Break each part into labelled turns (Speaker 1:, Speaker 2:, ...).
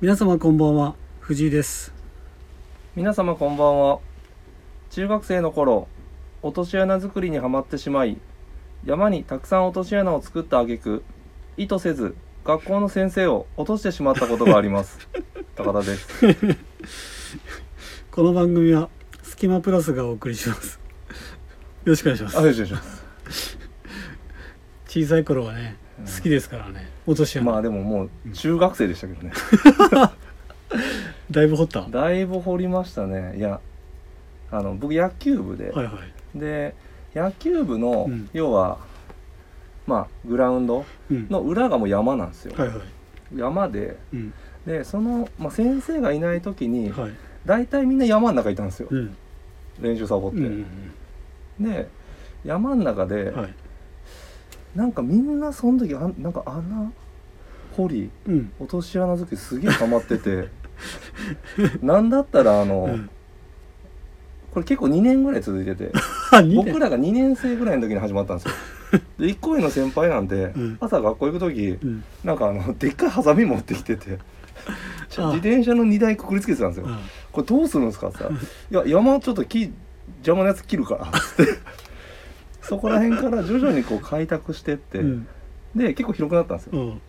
Speaker 1: 皆様こんばんは藤井です
Speaker 2: 皆様こんばんは中学生の頃落とし穴作りにはまってしまい山にたくさん落とし穴を作った挙句意図せず学校の先生を落としてしまったことがあります 高田です
Speaker 1: この番組はスキマプラスがお送りしますよろしくお願いします
Speaker 2: あよしよしよし
Speaker 1: 小さい頃はね
Speaker 2: うん
Speaker 1: 好きですからね落とし穴、
Speaker 2: まあでももう中学生でしたけどね
Speaker 1: だいぶ掘ったは
Speaker 2: だいぶ掘りましたねいやあの僕野球部で、
Speaker 1: いはい
Speaker 2: で野球部の、
Speaker 1: うん
Speaker 2: 要はまあグラウンド
Speaker 1: うん
Speaker 2: の裏がもう山なんですよ、
Speaker 1: はいはい
Speaker 2: 山で
Speaker 1: うん
Speaker 2: でその、まあ、先生がいない時に、
Speaker 1: はい
Speaker 2: 大体みんな山の中いたんですよ、
Speaker 1: うん
Speaker 2: 練習サボって、
Speaker 1: うんうん
Speaker 2: で山の中で、
Speaker 1: うんはい
Speaker 2: なんかみんなその時あんなんか穴掘り
Speaker 1: うん
Speaker 2: 落とし穴作りすげえハマっ ててなんだったらあの、
Speaker 1: うん
Speaker 2: これ結構2年ぐらい続いてて
Speaker 1: あ2
Speaker 2: 僕
Speaker 1: 年
Speaker 2: らが2年生ぐらいの時に始まったんですよ で1個上の先輩なんで、
Speaker 1: うん
Speaker 2: 朝学校行く時
Speaker 1: うん
Speaker 2: なんかあのでっかいハサミ持ってきてて自
Speaker 1: あ
Speaker 2: 転車の荷台くくりつけてたんですよ
Speaker 1: あ
Speaker 2: これどうするんですかってさ「いや山ちょっと木邪魔なやつ切るから」 つってそこら辺から徐々にこう開拓してって、
Speaker 1: うん
Speaker 2: で結構広くなったんです
Speaker 1: う
Speaker 2: よ、
Speaker 1: ん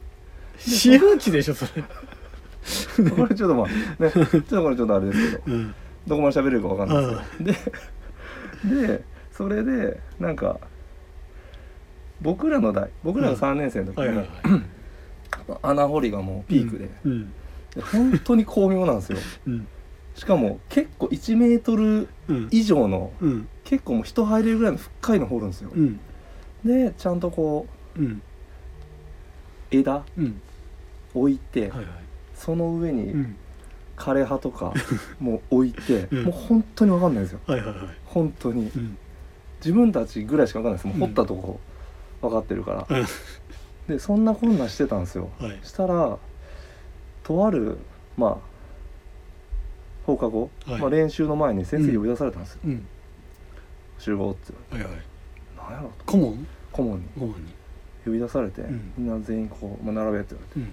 Speaker 1: 私有地でしょそ れ
Speaker 2: これちょっとまあねちょっとこれちょっとあれですけど
Speaker 1: うん
Speaker 2: どこまで喋れるかわかんないですけどででそれでなんか僕らの代僕らが3年生の時
Speaker 1: はいはいは
Speaker 2: に
Speaker 1: い
Speaker 2: 穴掘りがもうピークで,、
Speaker 1: うん
Speaker 2: で本当に巧妙なんですよ
Speaker 1: うん
Speaker 2: しかも結構1メートル
Speaker 1: うん
Speaker 2: 以上の
Speaker 1: うん
Speaker 2: 結構もう人入れるぐらいの深いの掘るんですよ、
Speaker 1: うん
Speaker 2: でちゃんとこう
Speaker 1: うん
Speaker 2: 枝
Speaker 1: うん
Speaker 2: 置いて、
Speaker 1: はいはい
Speaker 2: その上
Speaker 1: う
Speaker 2: に
Speaker 1: ん
Speaker 2: 枯葉 とかもう置いて、
Speaker 1: うん
Speaker 2: もう本当に分かんないんですよ
Speaker 1: はいはいはい
Speaker 2: 本当に
Speaker 1: うん
Speaker 2: 自分たちぐらいしか分かんないですも
Speaker 1: うん
Speaker 2: う掘ったとこ分かってるから、
Speaker 1: うん
Speaker 2: でそんなこんなんしてたんですよ
Speaker 1: はい
Speaker 2: したらとあるまあ放課後、
Speaker 1: はい
Speaker 2: まあ、練習の前に先生呼び出されたんですよ、
Speaker 1: うん
Speaker 2: 集合って
Speaker 1: はいはい
Speaker 2: 何やろと
Speaker 1: 顧問
Speaker 2: 顧問に
Speaker 1: 顧問に
Speaker 2: 呼び出されて、
Speaker 1: うん
Speaker 2: みんな全員こう、まあ、並べって言われて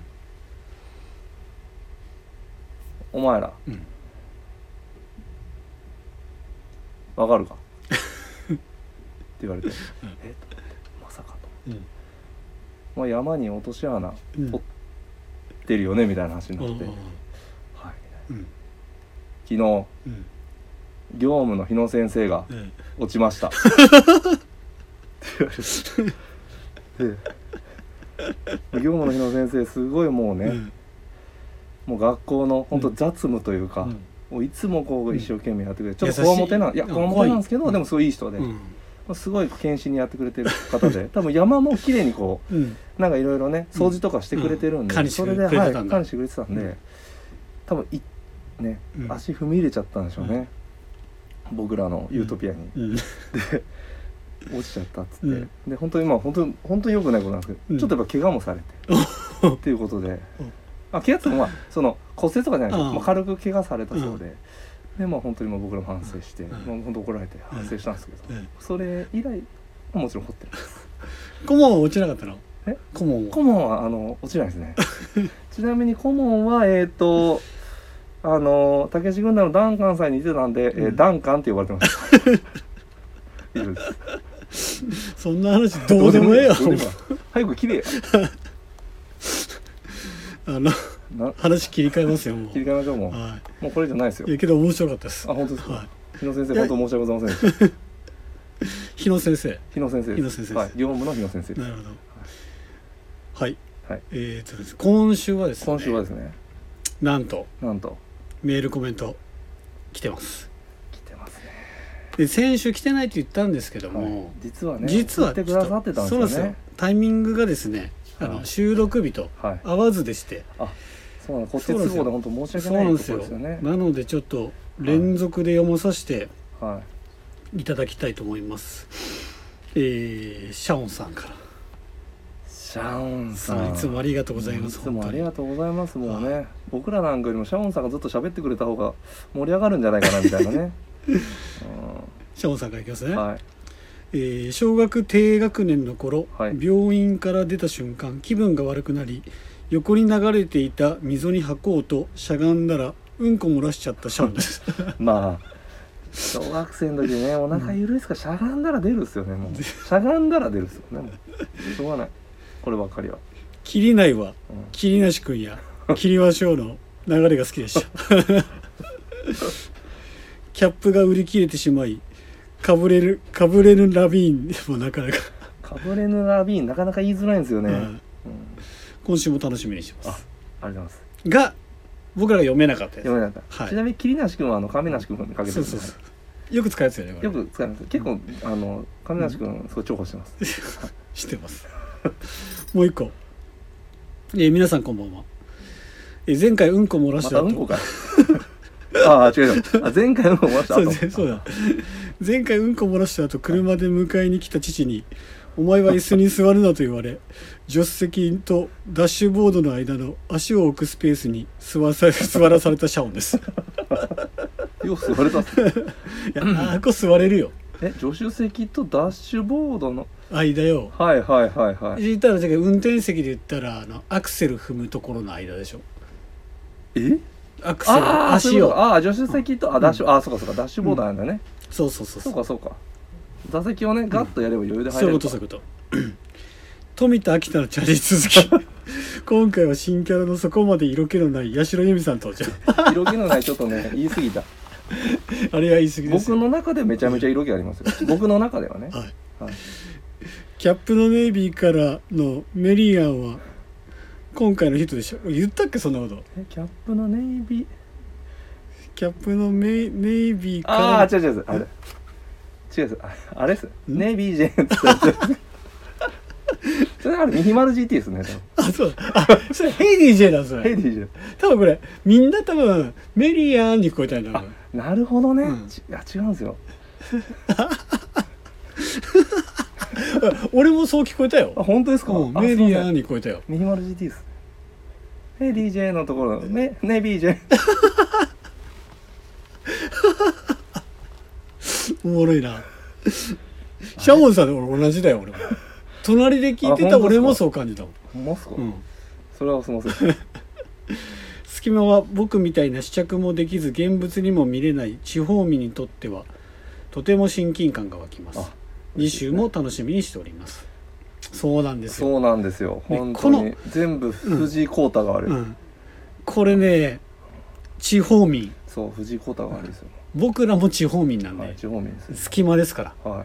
Speaker 1: うん
Speaker 2: 「お前ら
Speaker 1: うん
Speaker 2: わかるか? 」って言われて「えまさか」
Speaker 1: う
Speaker 2: と
Speaker 1: ん
Speaker 2: 「まあ、山に落とし穴
Speaker 1: うん
Speaker 2: 掘ってるよね」みたいな話になって「
Speaker 1: うん
Speaker 2: はい、
Speaker 1: うん
Speaker 2: 昨日
Speaker 1: うん
Speaker 2: 業務の日野先生が
Speaker 1: うん
Speaker 2: 落ちました」って言われて。で業務の日野先生すごいもうね、
Speaker 1: うん
Speaker 2: もう学校の本当雑務というか、
Speaker 1: うん
Speaker 2: もういつもこう一生懸命やってくれて、
Speaker 1: うん
Speaker 2: ちょっとこわもてな
Speaker 1: 優し
Speaker 2: い
Speaker 1: い
Speaker 2: やこわもてなんですけ
Speaker 1: う
Speaker 2: ど
Speaker 1: ん
Speaker 2: でもすごいいい人で、
Speaker 1: うん
Speaker 2: すごい献身にやってくれてる 方で多分山も綺麗にこ
Speaker 1: うん
Speaker 2: うなんかいろいろね掃除とかしてくれてるん
Speaker 1: う
Speaker 2: で、
Speaker 1: ん管理して
Speaker 2: そ
Speaker 1: く
Speaker 2: れ
Speaker 1: れ
Speaker 2: で、
Speaker 1: くれ
Speaker 2: は
Speaker 1: て
Speaker 2: い、
Speaker 1: たんだ
Speaker 2: 管理してくれてたんで、
Speaker 1: うん
Speaker 2: 多分いね、
Speaker 1: うん
Speaker 2: 足踏み入れちゃったんでしょうね、僕らのユートピアに
Speaker 1: うん
Speaker 2: 落ちちゃったっつって、
Speaker 1: うん
Speaker 2: で本当にまあ本当に本当に良くないことなんですけど、
Speaker 1: うん
Speaker 2: ちょっとやっぱ怪我もされてっていうことで、あ怪我ってもまあその骨折とかじゃないです
Speaker 1: う
Speaker 2: よ
Speaker 1: ん
Speaker 2: まあ、軽く怪我されたそうで、でまあ本当にもう僕らも反省して、
Speaker 1: うん
Speaker 2: まあ本当怒られて反省したんですけど、
Speaker 1: うん
Speaker 2: それ以来もちろん掘ってる
Speaker 1: 顧問は落ちなかったの
Speaker 2: え
Speaker 1: 顧問は
Speaker 2: 顧問はあの落ちないで すねちなみに顧問はえっ、とあの武志軍団のダンカンさんに似てたんで、え
Speaker 1: うん
Speaker 2: ーダンカンって呼ばれてました以上です
Speaker 1: そんな話 どうでもええよ
Speaker 2: どうでもいい早く切れよ
Speaker 1: あの
Speaker 2: な
Speaker 1: 話切り替えますよも
Speaker 2: 切り
Speaker 1: う
Speaker 2: 替えましょうもう
Speaker 1: は
Speaker 2: もうこれじゃないですよ
Speaker 1: いいやけど面白かったです
Speaker 2: あ本当ですか
Speaker 1: は
Speaker 2: 日野先生本当申し訳ございませんでした
Speaker 1: い日野先生
Speaker 2: 日野先生
Speaker 1: 日野先生です
Speaker 2: はい業務の日野先生です
Speaker 1: なるほどはい
Speaker 2: はい
Speaker 1: えーとです今週はですね
Speaker 2: 今週はですね
Speaker 1: なんと
Speaker 2: なんと
Speaker 1: メールコメント来てます
Speaker 2: 来てますね
Speaker 1: で先週来てないと言ったんですけど
Speaker 2: はい
Speaker 1: も
Speaker 2: 実はね
Speaker 1: 実は
Speaker 2: 来てくださってたんです
Speaker 1: そうな
Speaker 2: よ
Speaker 1: んですよ
Speaker 2: ね
Speaker 1: タイミングがですねあ
Speaker 2: は
Speaker 1: の
Speaker 2: い
Speaker 1: 収録日と
Speaker 2: はい
Speaker 1: 合わずでして
Speaker 2: そうなのこっち都合で本当申し
Speaker 1: そう
Speaker 2: 訳
Speaker 1: な
Speaker 2: なんい
Speaker 1: で
Speaker 2: と
Speaker 1: す
Speaker 2: こ
Speaker 1: よ
Speaker 2: ろですよね
Speaker 1: なのでちょっと連続で読まさせて
Speaker 2: はい
Speaker 1: ただきたいと思います、えー、シャオンさんから
Speaker 2: いシャオン
Speaker 1: そ
Speaker 2: さ
Speaker 1: うんいつもありがとうございます
Speaker 2: いつもあり
Speaker 1: 本
Speaker 2: がとうございますもうね僕らなんかよりもシャオンさんがずっと喋ってくれた方が盛り上がるんじゃないかなみたい なね
Speaker 1: 当にシャオンさんからいきます
Speaker 2: う
Speaker 1: ね、
Speaker 2: んはい
Speaker 1: えー小学低学年の頃、
Speaker 2: はい
Speaker 1: 病院から出た瞬間気分が悪くなり横に流れていた溝に吐こうとしゃがんだらうんこ漏らしちゃったシャンです
Speaker 2: まあ小学生の時ねお腹緩いですからしゃがんだら出るっすよ ねもうしゃがんだら出るっすよねもうしょうがないこればっかりは、
Speaker 1: 切りないわ
Speaker 2: うん
Speaker 1: 切りなし君 や切りましょうの流れが好きでしたキャップが売り切れてしまいかぶれるかぶれぬラビーンでもなかなか、
Speaker 2: かぶれぬラビーンなかなか言いづらいんですよね、
Speaker 1: う
Speaker 2: うん
Speaker 1: ん今週も楽しみにしてます
Speaker 2: ありがとうございます
Speaker 1: が僕らが読めなかったやつ
Speaker 2: 読めなかった、
Speaker 1: はい
Speaker 2: ちなみに桐梨君はあの亀梨君にかけて
Speaker 1: そう
Speaker 2: る
Speaker 1: んそう
Speaker 2: で
Speaker 1: そうよく使うやつよねこれ
Speaker 2: よく使います結構あの亀梨君すごい重宝してます、
Speaker 1: 知ってますもう一個、えー皆さんこんばんは、えー前回うんこ漏らし
Speaker 2: ま
Speaker 1: た
Speaker 2: た
Speaker 1: 後
Speaker 2: うんこか ああ違う違うあ前回うんこ漏らした
Speaker 1: そう
Speaker 2: 後
Speaker 1: だそうだ前回うんこ漏らした後車で迎えに来た父に「お前は椅子に座るな」と言われ助手席とダッシュボードの間の足を置くスペースに座さ座らされたシャオンですい
Speaker 2: よく座れた っすね
Speaker 1: やあーこ座れるよ
Speaker 2: え助手席とダッシュボードの
Speaker 1: 間よ
Speaker 2: はいはいはいはい
Speaker 1: 言ったらだけど運転席で言ったらあのアクセル踏むところの間でしょ
Speaker 2: え
Speaker 1: アクセル
Speaker 2: ああそうい
Speaker 1: 足
Speaker 2: うこ
Speaker 1: を
Speaker 2: とああ助手席とあダッシュ、ああそうかそうかダッシュボードなんだね、
Speaker 1: そうそうそうそ
Speaker 2: そううかそうか座席をねガッとやれば余裕で入
Speaker 1: そう
Speaker 2: れ
Speaker 1: いう
Speaker 2: る
Speaker 1: ことそういうこと 富田秋田のチャリ続き 今回は新キャラのそこまで色気のない八代由美さん登場
Speaker 2: 色気のないちょっとね言い過ぎた
Speaker 1: あれは 言い過ぎですよ
Speaker 2: 僕の中でめちゃめちゃ色気ありますよ僕の中で はね
Speaker 1: はい、
Speaker 2: はい
Speaker 1: キャップのネイビーからのメリーアンは今回のヒットでしょ言ったっけそんなこと
Speaker 2: えキャップのネイビー
Speaker 1: キャップのメイネイビーからの
Speaker 2: ああ違う違うあれ違う違うああれっすネイビージェンツってやつ それあれミヒマル GT ですね
Speaker 1: あそうだあそれヘイディ J だそ
Speaker 2: ヘ
Speaker 1: れ
Speaker 2: イディージェン
Speaker 1: 多分これみんな多分メリーアンに聞こえたんだ多分
Speaker 2: なるほどね、
Speaker 1: うん
Speaker 2: ちいや違うんですよ
Speaker 1: 俺もそう聞こえたよ
Speaker 2: あ本当ですか、
Speaker 1: うん
Speaker 2: あ
Speaker 1: メリーア
Speaker 2: すいません
Speaker 1: ンに聞こえたよ
Speaker 2: ミヒマル GT ですヘイディージェンのところねネイビージェン
Speaker 1: おもろいな。シャモンさんで俺同じだよ俺も。隣で聞いて
Speaker 2: あ
Speaker 1: た
Speaker 2: 本当ですか
Speaker 1: 俺もそう感じたもん。
Speaker 2: モスコ、
Speaker 1: うん。
Speaker 2: それはすみません
Speaker 1: 隙間は僕みたいな試着もできず現物にも見れない地方民にとってはとても親近感が湧きます
Speaker 2: あ。
Speaker 1: 次週も楽しみにしております。そうなんですよ。
Speaker 2: そうなんですよ
Speaker 1: ね
Speaker 2: 本当
Speaker 1: この
Speaker 2: に全部藤井耕太が悪い、
Speaker 1: うん。これね、地方民。
Speaker 2: そう藤井耕太が悪いですよ、
Speaker 1: 僕らも地方民なんで、
Speaker 2: はい、地方民ですよ
Speaker 1: 隙間ですから。
Speaker 2: はい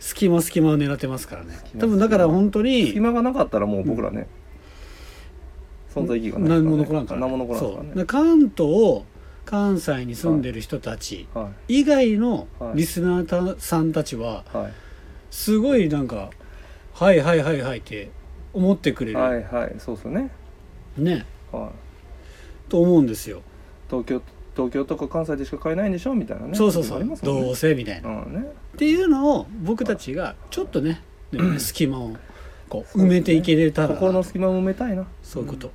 Speaker 1: 隙間隙間を狙ってますからね
Speaker 2: 隙。間
Speaker 1: 多分だから本当に。
Speaker 2: 隙間がなかったらもう僕らね、存在意義がない
Speaker 1: 何も残らんから、
Speaker 2: 何も残らん
Speaker 1: そう
Speaker 2: からね
Speaker 1: だから関東関西に住んでる人たち
Speaker 2: は
Speaker 1: 以外の
Speaker 2: はい
Speaker 1: リスナーたさんたちはい
Speaker 2: はい
Speaker 1: すごいなんか「はいはいはいはい」って思ってくれる、
Speaker 2: はいはいそうですよね
Speaker 1: ね
Speaker 2: はい
Speaker 1: と思うんですよ、
Speaker 2: 東京東京とか関西でしか買えないんでしょみたいなね
Speaker 1: そうそうそ
Speaker 2: あり
Speaker 1: う、
Speaker 2: ますもん
Speaker 1: ど
Speaker 2: ね
Speaker 1: うせみたいな、
Speaker 2: うんね
Speaker 1: っていうのを僕たちがちょっと ねでもね隙間をこう埋めていけれたら
Speaker 2: 心の隙間を埋めたいな
Speaker 1: そういうこと、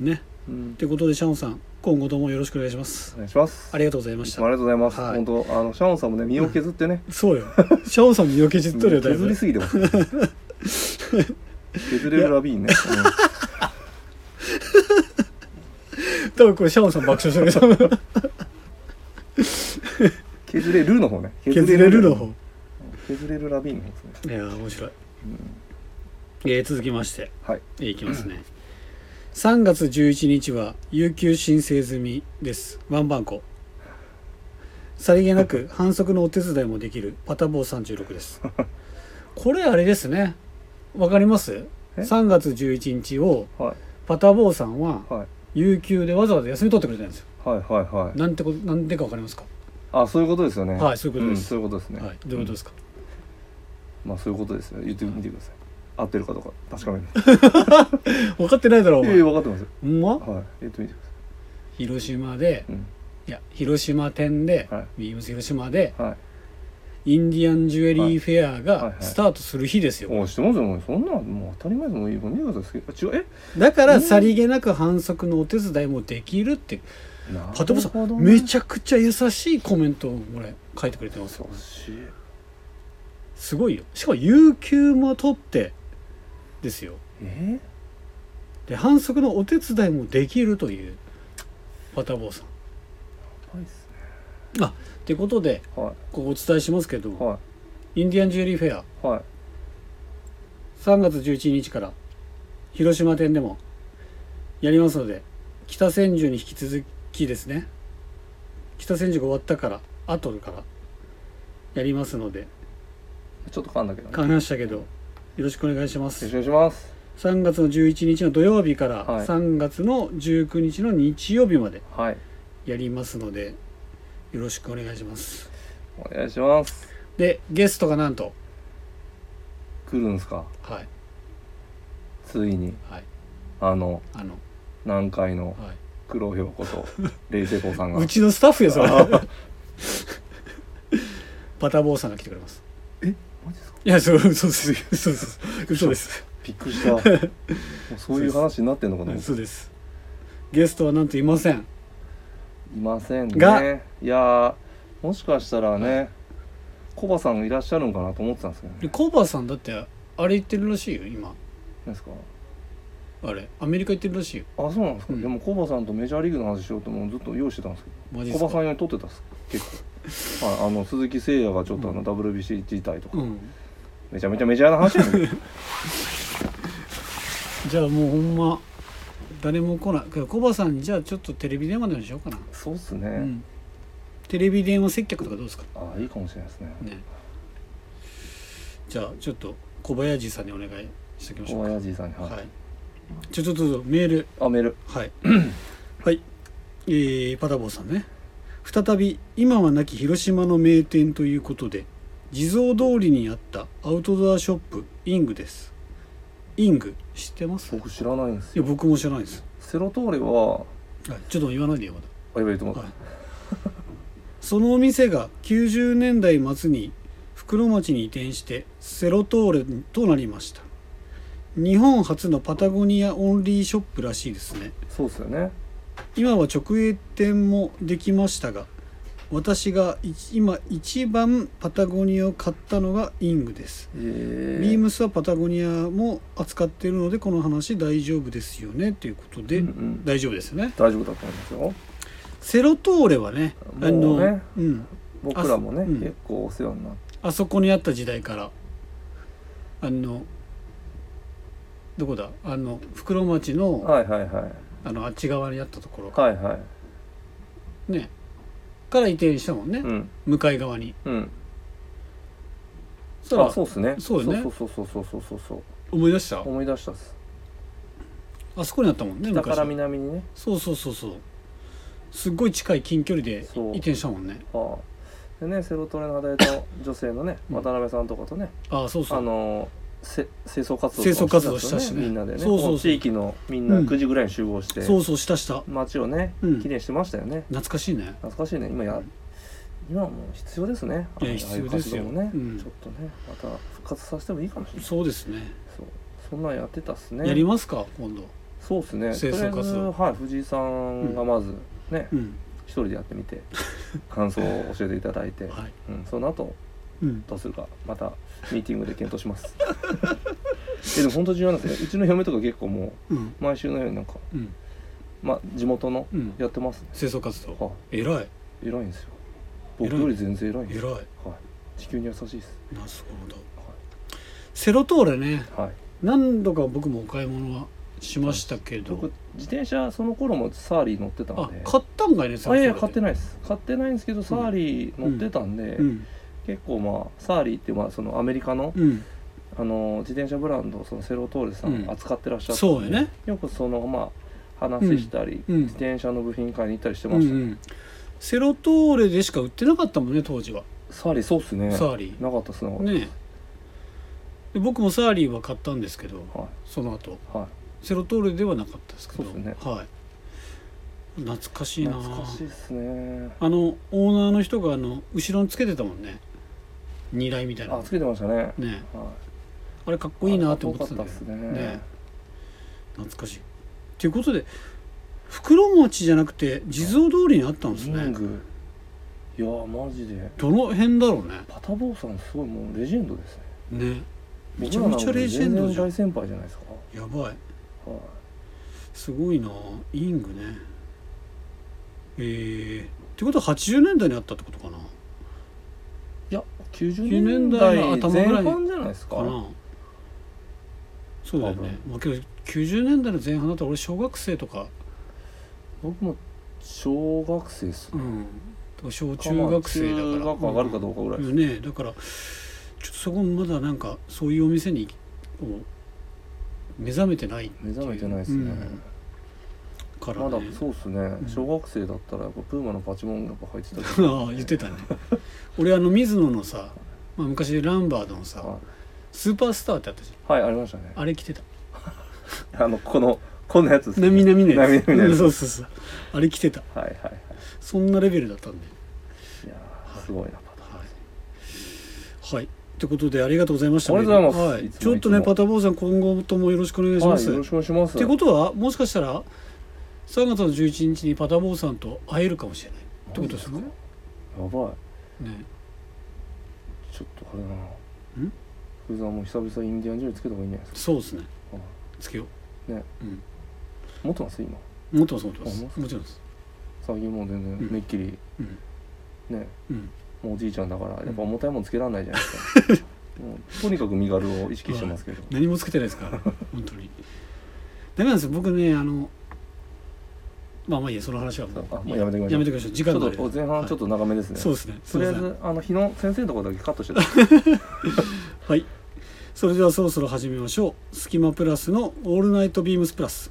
Speaker 1: ね
Speaker 2: うん、うん
Speaker 1: ってことでシャオンさん今後ともよろしくお願いします
Speaker 2: お願いします
Speaker 1: ありがとうございまし
Speaker 2: いつもあ
Speaker 1: た
Speaker 2: りがとうございます、
Speaker 1: はい
Speaker 2: 本当あのシャオンさんもね身を削ってね、
Speaker 1: そうよ シャオンさんも余計じっとるよだい
Speaker 2: 削
Speaker 1: ぶ
Speaker 2: りすぎて ます削れるラビーンね、
Speaker 1: 多分これシャオンさん爆笑してるけど
Speaker 2: うん削れるの方ね
Speaker 1: 削れるの方
Speaker 2: 削れるラビーンの方ですね、
Speaker 1: いやー面白い、
Speaker 2: うん
Speaker 1: えー続きまして
Speaker 2: はい
Speaker 1: えーいきますね3月11日は有給申請済みですワンバンコさりげなく反則のお手伝いもできるパタボー36です これあれですねわかります
Speaker 2: え
Speaker 1: ?3 月11日を
Speaker 2: はい
Speaker 1: パタボーさんは
Speaker 2: はい
Speaker 1: 有給でわざわざ休み取ってくれたんですよ
Speaker 2: はいはいはい
Speaker 1: なんてことなんでかわかりますか
Speaker 2: あそういうことですよね
Speaker 1: はいそういうことです
Speaker 2: んそういうことですね
Speaker 1: はいどういうことですか、
Speaker 2: まあそういうことですよ言ってみてください合ってるかどうか確かめる
Speaker 1: 分かってないだろお
Speaker 2: ええ
Speaker 1: 前
Speaker 2: 分かってますよ
Speaker 1: ほんま
Speaker 2: はい言ってみてくださ
Speaker 1: 広島で
Speaker 2: いうん
Speaker 1: いや広島店で、
Speaker 2: はい
Speaker 1: ビームス広島で
Speaker 2: はい
Speaker 1: インディアンジュエ
Speaker 2: は
Speaker 1: リー
Speaker 2: い
Speaker 1: フェア
Speaker 2: はい
Speaker 1: が
Speaker 2: はい
Speaker 1: スタートする日ですよ、
Speaker 2: おしてますよもうそんなんもう当たり前ですもう今見てください違う
Speaker 1: だか
Speaker 2: う
Speaker 1: ら
Speaker 2: ん
Speaker 1: さりげなく反則のお手伝いもできるって
Speaker 2: えな
Speaker 1: パトボさ
Speaker 2: るほど
Speaker 1: ん
Speaker 2: ね
Speaker 1: めちゃくちゃ優しいコメントをこれ書いてくれてますよ
Speaker 2: 優しい
Speaker 1: すごいよしかも有給も取ってですよ
Speaker 2: え
Speaker 1: で反則のお手伝いもできるというパタボーさん。
Speaker 2: はいっすね
Speaker 1: ってことで
Speaker 2: は
Speaker 1: ここお伝えしますけど
Speaker 2: いは
Speaker 1: インディアンジュエリーフェア
Speaker 2: いはい
Speaker 1: 3月11日から広島店でもやりますので北千住に引き続きですね北千住が終わったから後からやりますので
Speaker 2: ちょっと噛んだけどね
Speaker 1: 感ましたけどよろしくお願いしま
Speaker 2: よろしくお
Speaker 1: す
Speaker 2: 願いします
Speaker 1: 3月の11日の土曜日から
Speaker 2: はい
Speaker 1: 3月の19日の日曜日まで
Speaker 2: はい
Speaker 1: やりますのでよろしくお願いします
Speaker 2: お願いします
Speaker 1: でゲストがなんと
Speaker 2: 来るんすか
Speaker 1: はい
Speaker 2: ついに
Speaker 1: はい
Speaker 2: あの
Speaker 1: あの、
Speaker 2: 南海の
Speaker 1: はい、
Speaker 2: 黒ひょうこと冷静子さんが
Speaker 1: うちのスタッフやそれ バタボーさんが来てくれます
Speaker 2: マジですか
Speaker 1: いやそう嘘です嘘です嘘です
Speaker 2: びっくり したもうそういう話になってんのかと思って
Speaker 1: 嘘ですゲストはなんといません
Speaker 2: いません
Speaker 1: が
Speaker 2: ねいやーもしかしたらねコバさんいらっしゃるのかなと思ってたんですけどね
Speaker 1: でコーバーさんだってあれ行ってるらしいよ今
Speaker 2: 何ですか
Speaker 1: あれアメリカ行ってるらしいよ
Speaker 2: あそうなんですか、
Speaker 1: うん
Speaker 2: でもコバさんとメジャーリーグの話しようともうずっと用意してたんです
Speaker 1: マ
Speaker 2: け
Speaker 1: ジ
Speaker 2: ど
Speaker 1: で
Speaker 2: コ
Speaker 1: す
Speaker 2: バさ
Speaker 1: か
Speaker 2: ん用に取ってたっす結 構ああの鈴木誠也がちょっとあの、
Speaker 1: うん
Speaker 2: WBC 自体とか、
Speaker 1: うん
Speaker 2: めちゃめちゃメジャーな話なんだけど
Speaker 1: じゃあもうほんま誰も来ないけどコバさんにじゃあちょっとテレビ電話でもしようかな、
Speaker 2: そうっすね、
Speaker 1: うんテレビ電話接客とかどうですか
Speaker 2: ああいいかもしれないですね
Speaker 1: ねじゃあちょっと小林さんにお願いしておきましょ
Speaker 2: 小
Speaker 1: うか
Speaker 2: 林さんにはい、
Speaker 1: はいちょちょっとメール
Speaker 2: あメール
Speaker 1: はい はいえー、パタボーさんね再び今はなき広島の名店ということで地蔵通りにあったアウトドアショップイングですイング知ってますい
Speaker 2: 僕知らないんですよ
Speaker 1: や僕も知らないです、
Speaker 2: セロトーレは
Speaker 1: はい、ちょっと言わないでよまだ
Speaker 2: あやばいと思った、
Speaker 1: はいそのお店が90年代末に袋町に移転してセロトーレとなりました日本初のパタゴニアオンリーショップらしいですね
Speaker 2: そうっすよね
Speaker 1: 今は直営店もできましたが私が一今一番パタゴニアを買ったのがイングです
Speaker 2: えー、
Speaker 1: ビームスはパタゴニアも扱っているのでこの話大丈夫ですよねということで、
Speaker 2: うんうん
Speaker 1: 大丈夫ですよね
Speaker 2: 大丈夫だと思いますよ
Speaker 1: セロトーレはねあ
Speaker 2: も
Speaker 1: の
Speaker 2: うね
Speaker 1: うん、
Speaker 2: 僕らもね、
Speaker 1: あそううん
Speaker 2: 結構お世話になって
Speaker 1: あそこにあった時代からあのどこだあの袋町の
Speaker 2: はいはいはい
Speaker 1: あのあっち側にあったところか、
Speaker 2: はいはい
Speaker 1: ねから移転したもんね、
Speaker 2: うん
Speaker 1: 向かい側に
Speaker 2: うん
Speaker 1: そした
Speaker 2: あ
Speaker 1: ら
Speaker 2: そうっすね
Speaker 1: そうよね
Speaker 2: そうそうそうそうそうそうそう
Speaker 1: 思い出した
Speaker 2: 思い出したっす
Speaker 1: あそこにあったもんね
Speaker 2: 北
Speaker 1: 昔
Speaker 2: から南にね
Speaker 1: そうそうそうそうすっごい近い近距離で
Speaker 2: そう
Speaker 1: 移転したもんね
Speaker 2: ああでねセロトレの肌と女性のね
Speaker 1: うん
Speaker 2: 渡辺さんとかとね、
Speaker 1: あそうそ
Speaker 2: あ
Speaker 1: う
Speaker 2: のせ清掃活動
Speaker 1: 清掃活動したしね
Speaker 2: とかみんなでね
Speaker 1: そうそうそう
Speaker 2: こ地域のみんな
Speaker 1: うん
Speaker 2: 9時ぐらいに集合して、
Speaker 1: そうそうしたした
Speaker 2: 街をね
Speaker 1: うん
Speaker 2: 綺麗にしてましたよね、
Speaker 1: 懐かしいね
Speaker 2: 懐かしいね今や今はもう必要ですね
Speaker 1: いや
Speaker 2: あの
Speaker 1: 必要ですよ
Speaker 2: ああいう活動もね、
Speaker 1: うん
Speaker 2: ちょっとねまた復活させてもいいかもしれない
Speaker 1: そうですね
Speaker 2: そうそんなんやってたっすね
Speaker 1: やりますか今度
Speaker 2: そうですね
Speaker 1: 清掃活動
Speaker 2: とりあえずはい藤井さんがまずね
Speaker 1: うん
Speaker 2: 一人でやってみ て感想を教えていただいて、
Speaker 1: はい
Speaker 2: うん、その後
Speaker 1: うん
Speaker 2: どうするかまたミーティングで検討します えでも本当重要なんですねうちの嫁とか結構も
Speaker 1: うん
Speaker 2: う毎週のようになんか、
Speaker 1: うん
Speaker 2: まあ、地元の
Speaker 1: うん
Speaker 2: やってますね、
Speaker 1: 清掃活動
Speaker 2: は
Speaker 1: 偉い
Speaker 2: い偉いんですよ僕より全然偉いんです
Speaker 1: 偉い
Speaker 2: よ、はい、地球に優しいです
Speaker 1: なそうだセロトーレね
Speaker 2: はい
Speaker 1: 何度か僕もお買い物はしましたけど
Speaker 2: 僕自転車その頃もサーリー乗ってた
Speaker 1: あ
Speaker 2: んで
Speaker 1: 買ったんかいねセロ
Speaker 2: あ
Speaker 1: トー
Speaker 2: いや
Speaker 1: レ
Speaker 2: いや買ってないです買ってないんですけどサーリー乗ってたんで、
Speaker 1: うん
Speaker 2: 結構まあサーリーってまあそのアメリカの,、
Speaker 1: うん
Speaker 2: あの自転車ブランドそのセロトーレさ
Speaker 1: うんん
Speaker 2: 扱ってらっしゃって、
Speaker 1: そうよね
Speaker 2: よくそのまあ話したり、
Speaker 1: うんうん
Speaker 2: 自転車の部品買いに行ったりして
Speaker 1: う
Speaker 2: ま
Speaker 1: んう
Speaker 2: した、
Speaker 1: んセロトーレでしか売ってなかったもんね当時は
Speaker 2: サーリーそうっすね
Speaker 1: サーリー
Speaker 2: なかったっすなかった、
Speaker 1: ねえで僕もサーリーは買ったんですけど
Speaker 2: は
Speaker 1: その後
Speaker 2: いは
Speaker 1: セロトーレではなかったですけど
Speaker 2: そうですね
Speaker 1: はい懐かし
Speaker 2: い
Speaker 1: いなあ
Speaker 2: 懐かしいっすね
Speaker 1: あのオーナーの人があの後ろにつけてたもんね荷台みたいな
Speaker 2: あ
Speaker 1: の
Speaker 2: つけてましたね、はい、
Speaker 1: ねあれかっこいいなって思ってたんだ
Speaker 2: かっこよかったっ
Speaker 1: け
Speaker 2: す
Speaker 1: ど
Speaker 2: ね
Speaker 1: ね懐かしいということで袋餅じゃなくて地蔵通りにあったんです
Speaker 2: リン
Speaker 1: ね
Speaker 2: グいやーマジで
Speaker 1: どの辺だろうね
Speaker 2: パタボーさんすごいもうレジェンドですね
Speaker 1: ねめちゃめちゃレジェンドじゃん
Speaker 2: 僕らなんか全然大先輩じゃないですか
Speaker 1: やばい
Speaker 2: はい
Speaker 1: すごいなイングねえー、ってことは80年代にあったってことかない
Speaker 2: や
Speaker 1: 90
Speaker 2: 90
Speaker 1: 年
Speaker 2: 年
Speaker 1: 代
Speaker 2: 代
Speaker 1: の頭ぐら
Speaker 2: 前
Speaker 1: い
Speaker 2: 半じゃないですか
Speaker 1: かなそうだよね
Speaker 2: 多
Speaker 1: まあけど90年代の前半だったら俺小学生とか
Speaker 2: 僕も小学生っす
Speaker 1: うんとか小中学生だから
Speaker 2: 中学上がるかどうかぐらい、
Speaker 1: よねだからちょっとそこもまだなんかそういうお店にこう目覚めてない
Speaker 2: 目覚めてないですね、
Speaker 1: から
Speaker 2: まだ
Speaker 1: ね、
Speaker 2: そうっすね、
Speaker 1: ん
Speaker 2: 小学生だったらやっぱプーマのパチモンやっぱ入ってたけど
Speaker 1: ああ言ってたね俺あの水野のさ、まあ、昔ランバードのさ
Speaker 2: は
Speaker 1: スーパースターってあったじ
Speaker 2: いはいありましたね
Speaker 1: ゃんあれ着てた
Speaker 2: あのこのこんなやつですね
Speaker 1: なみなみのやつ
Speaker 2: なみなみのやつ
Speaker 1: そうそうそうあれ着てた
Speaker 2: はいはいはい
Speaker 1: そんなレベルだったんで
Speaker 2: いやーすごいな
Speaker 1: はい、はい、ってことでありがとうございました
Speaker 2: ありがとうございます
Speaker 1: はい
Speaker 2: いつも
Speaker 1: ちょっとね
Speaker 2: いつも
Speaker 1: パタボーさん今後ともよろしくお願いしま
Speaker 2: はい
Speaker 1: す、
Speaker 2: よろしくお願いします
Speaker 1: ってことはもしかしたら3月の11日にパタボーさんと会えるかもしれないってことですね
Speaker 2: マジやばい
Speaker 1: ね
Speaker 2: ちょっとあれだな福井さんもう久々インディアンジョリーつけた方がいいんじゃないですか
Speaker 1: そうですね
Speaker 2: はい
Speaker 1: つけよ
Speaker 2: 持ってます今
Speaker 1: う持ってます持ってま
Speaker 2: あ
Speaker 1: す
Speaker 2: 持っ
Speaker 1: もちろんです
Speaker 2: 最近もう全
Speaker 1: うん
Speaker 2: 然めっきり、
Speaker 1: うん
Speaker 2: ね
Speaker 1: うん
Speaker 2: もうおじいちゃんだからやっ
Speaker 1: うん
Speaker 2: ぱ重たいもんつけられないじゃないで すかもうとにかく身軽を意識してますけど、
Speaker 1: 何もつけてないですから 本当にダメなんですよ僕ねあのまあまあいいやその話はも
Speaker 2: あ
Speaker 1: う
Speaker 2: もうやめてください
Speaker 1: やめてください時
Speaker 2: ち
Speaker 1: 間
Speaker 2: ょ
Speaker 1: の
Speaker 2: っ
Speaker 1: あれで
Speaker 2: と前半ちょっと長めですね、
Speaker 1: そうですねす
Speaker 2: と
Speaker 1: い
Speaker 2: りあえ
Speaker 1: ません
Speaker 2: ずあの日野先生のところだけカットしてた
Speaker 1: はい。それではそろそろ始めましょう。スキマプラスのオールナイトビームスプラス。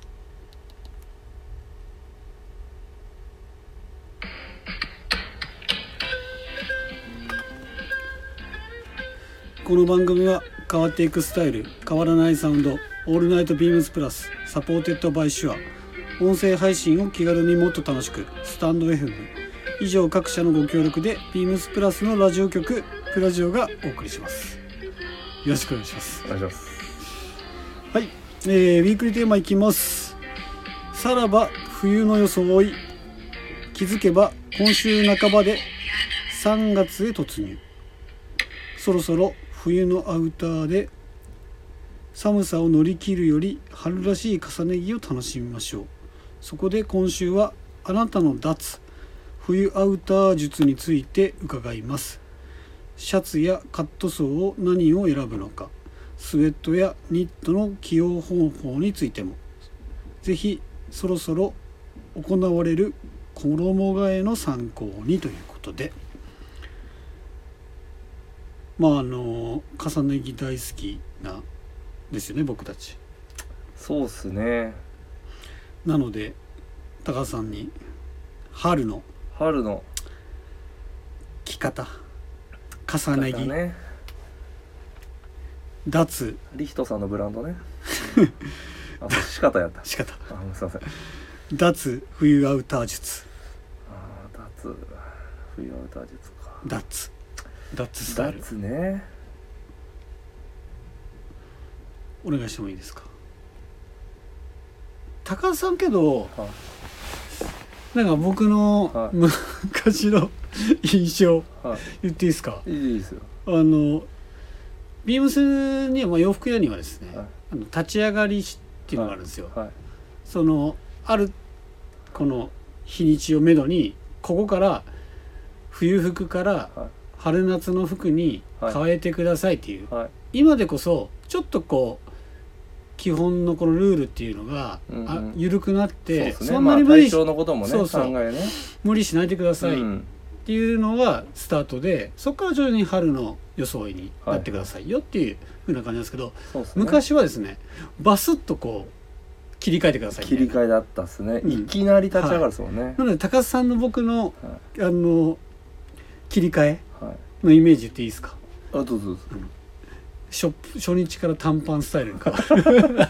Speaker 1: この番組は変わっていくスタイル、変わらないサウンド、オールナイトビームスプラス、サポーテッドバイシュア、音声配信を気軽にもっと楽しく、スタンド FM、以上各社のご協力で、ビームスプラスのラジオ局、プラジオがお送りします。よろしくお願いします。
Speaker 2: お願いします
Speaker 1: はい、えー、ウィークリーテーマいきますさらば冬の装い気づけば今週半ばで3月へ突入そろそろ冬のアウターで寒さを乗り切るより春らしい重ね着を楽しみましょうそこで今週はあなたの脱冬アウター術について伺いますシャツやカットソーを何を選ぶのかスウェットやニットの起用方法についてもぜひそろそろ行われる衣替えの参考にということでまああの重ね着大好きなんですよね僕たち
Speaker 2: そうっすね
Speaker 1: なので高田さんに春の
Speaker 2: 春の
Speaker 1: 着方
Speaker 2: だ
Speaker 1: 重ね着、
Speaker 2: ね
Speaker 1: 脱
Speaker 2: リヒトさんのブランド ねあそれ仕方やった
Speaker 1: 仕方
Speaker 2: あすいません
Speaker 1: 脱冬アウター術
Speaker 2: あー脱冬アウター術か
Speaker 1: 脱脱スタイル
Speaker 2: 脱ね
Speaker 1: お願いしてもいいですか高田さんけど
Speaker 2: は
Speaker 1: なんか僕の
Speaker 2: はい
Speaker 1: 昔の印象
Speaker 2: は
Speaker 1: 言っていいですか
Speaker 2: いいいですよ
Speaker 1: あのビームスにはまあ洋服屋にはですね、
Speaker 2: はい
Speaker 1: あの立ち上がりっていうのがあるんですよ、
Speaker 2: はい
Speaker 1: そのあるこの日にちをめどにここから冬服から
Speaker 2: は
Speaker 1: 春夏の服に
Speaker 2: はい
Speaker 1: 変えてくださいっていう、
Speaker 2: いはい
Speaker 1: 今でこそちょっとこう基本のこのルールっていうのが、
Speaker 2: うんうん
Speaker 1: あ緩くなっ
Speaker 2: そう
Speaker 1: て
Speaker 2: で
Speaker 1: そ,、
Speaker 2: すね
Speaker 1: んなに
Speaker 2: ま
Speaker 1: 無
Speaker 2: あ
Speaker 1: 理し、
Speaker 2: 対象のこともね
Speaker 1: そうそう
Speaker 2: 考えね
Speaker 1: 無理しないでくださいっ
Speaker 2: うん
Speaker 1: ていうのがスタートで、そこから徐々に春の装いになってくださいよっていうふうな感じなんですけど、
Speaker 2: そうっすね
Speaker 1: 昔はですねバスッとこう切り替えてください
Speaker 2: 切
Speaker 1: みたいな
Speaker 2: り替えだったっすね、
Speaker 1: うん
Speaker 2: いきなり立ち上がるっすもんね、
Speaker 1: なので高須さんの僕の
Speaker 2: は
Speaker 1: あの切り替え
Speaker 2: いはい
Speaker 1: のイメージ言っていいですか
Speaker 2: あどうぞどうぞ
Speaker 1: 初初日から短パンスタイルに 変わる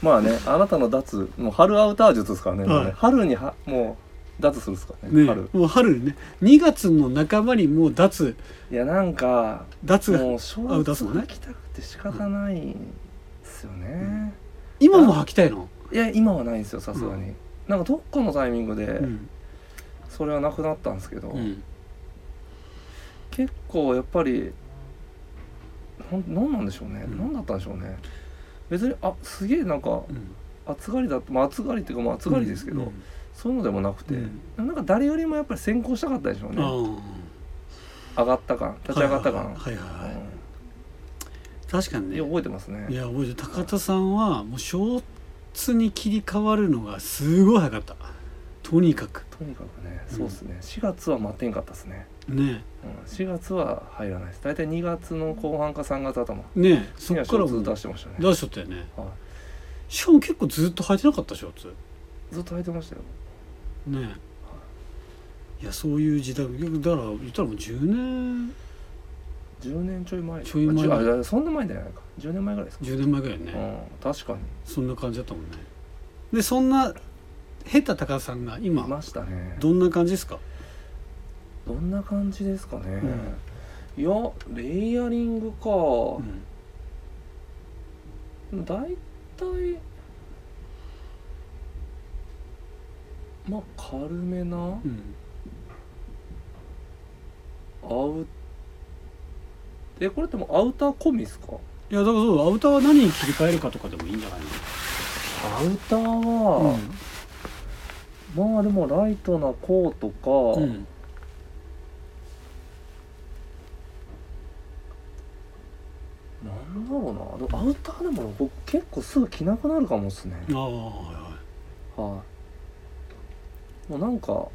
Speaker 2: まあねあなたの脱もう春アウター術ですからね,、
Speaker 1: はい
Speaker 2: もうね春にはもう脱するっすからね
Speaker 1: ね
Speaker 2: 春
Speaker 1: もう春ね2月の半ばにもう脱
Speaker 2: いやなんか
Speaker 1: 脱が
Speaker 2: もうショ
Speaker 1: アウターっ
Speaker 2: ー
Speaker 1: す
Speaker 2: ツ
Speaker 1: もんね
Speaker 2: 履きたくて仕方ないんですよね、
Speaker 1: 今も履きたいの、
Speaker 2: いや今はないんですよさすがに、なんかどっかのタイミングで
Speaker 1: うん
Speaker 2: それはなくなったんですけど、
Speaker 1: うん
Speaker 2: 結構やっぱりなんなんなんでしょうね、
Speaker 1: うん
Speaker 2: なんだったんでしょうね別にあすげえなんか
Speaker 1: うん
Speaker 2: 暑がりだまあ暑がりっていうかまあ暑がりですけど、
Speaker 1: うん
Speaker 2: そういうのでもなくて、
Speaker 1: うん
Speaker 2: なんか誰よりもやっぱり先行したかったでしょう
Speaker 1: あ
Speaker 2: ね
Speaker 1: ー
Speaker 2: 上がった感立ち上がった感、
Speaker 1: はいはいはいはい、
Speaker 2: うん
Speaker 1: 確かにね
Speaker 2: いや覚えてますね
Speaker 1: いや覚えてる高田さんはもうショーツに切り替わるのがすごい早かったとにかく
Speaker 2: とにかくね
Speaker 1: うん
Speaker 2: そうですね、4月は待てんかったですね、
Speaker 1: ね
Speaker 2: うん、4月は入らないです大体2月の後半か3月頭
Speaker 1: ねそ
Speaker 2: に
Speaker 1: っ
Speaker 2: は
Speaker 1: か
Speaker 2: シ
Speaker 1: ら
Speaker 2: ョー
Speaker 1: も
Speaker 2: ツ出
Speaker 1: 出
Speaker 2: し
Speaker 1: して
Speaker 2: ましたね
Speaker 1: とったよね
Speaker 2: は
Speaker 1: しかも結構ずっと履いてなかったショーツ
Speaker 2: いずっと履いてましたよ
Speaker 1: ねいやそういう時代だから言ったらもう10年
Speaker 2: 10年ちょい前
Speaker 1: ちょい前
Speaker 2: あ違うあそんな前じゃないか10年前ぐらいですか、
Speaker 1: 10年前ぐらいね、
Speaker 2: うん確かに
Speaker 1: そんな感じだったもんねでそんな下手高田さんが
Speaker 2: い
Speaker 1: 今
Speaker 2: ましたね
Speaker 1: どんな感じですか
Speaker 2: どんな感じですかね、いやレイヤリングか、
Speaker 1: うん
Speaker 2: 大体まあ軽めな
Speaker 1: うん
Speaker 2: アウえこれってもうアウター込みですか
Speaker 1: いやだからそうアウターは何に切り替えるかとかでもいいんじゃない
Speaker 2: アウター
Speaker 1: の
Speaker 2: は、まあでもライトなコートか、
Speaker 1: うん、うん
Speaker 2: なんだろうなでもアウターでも僕結構すぐ着なくなるかもっすね、
Speaker 1: ああはいはい
Speaker 2: はいもうなんか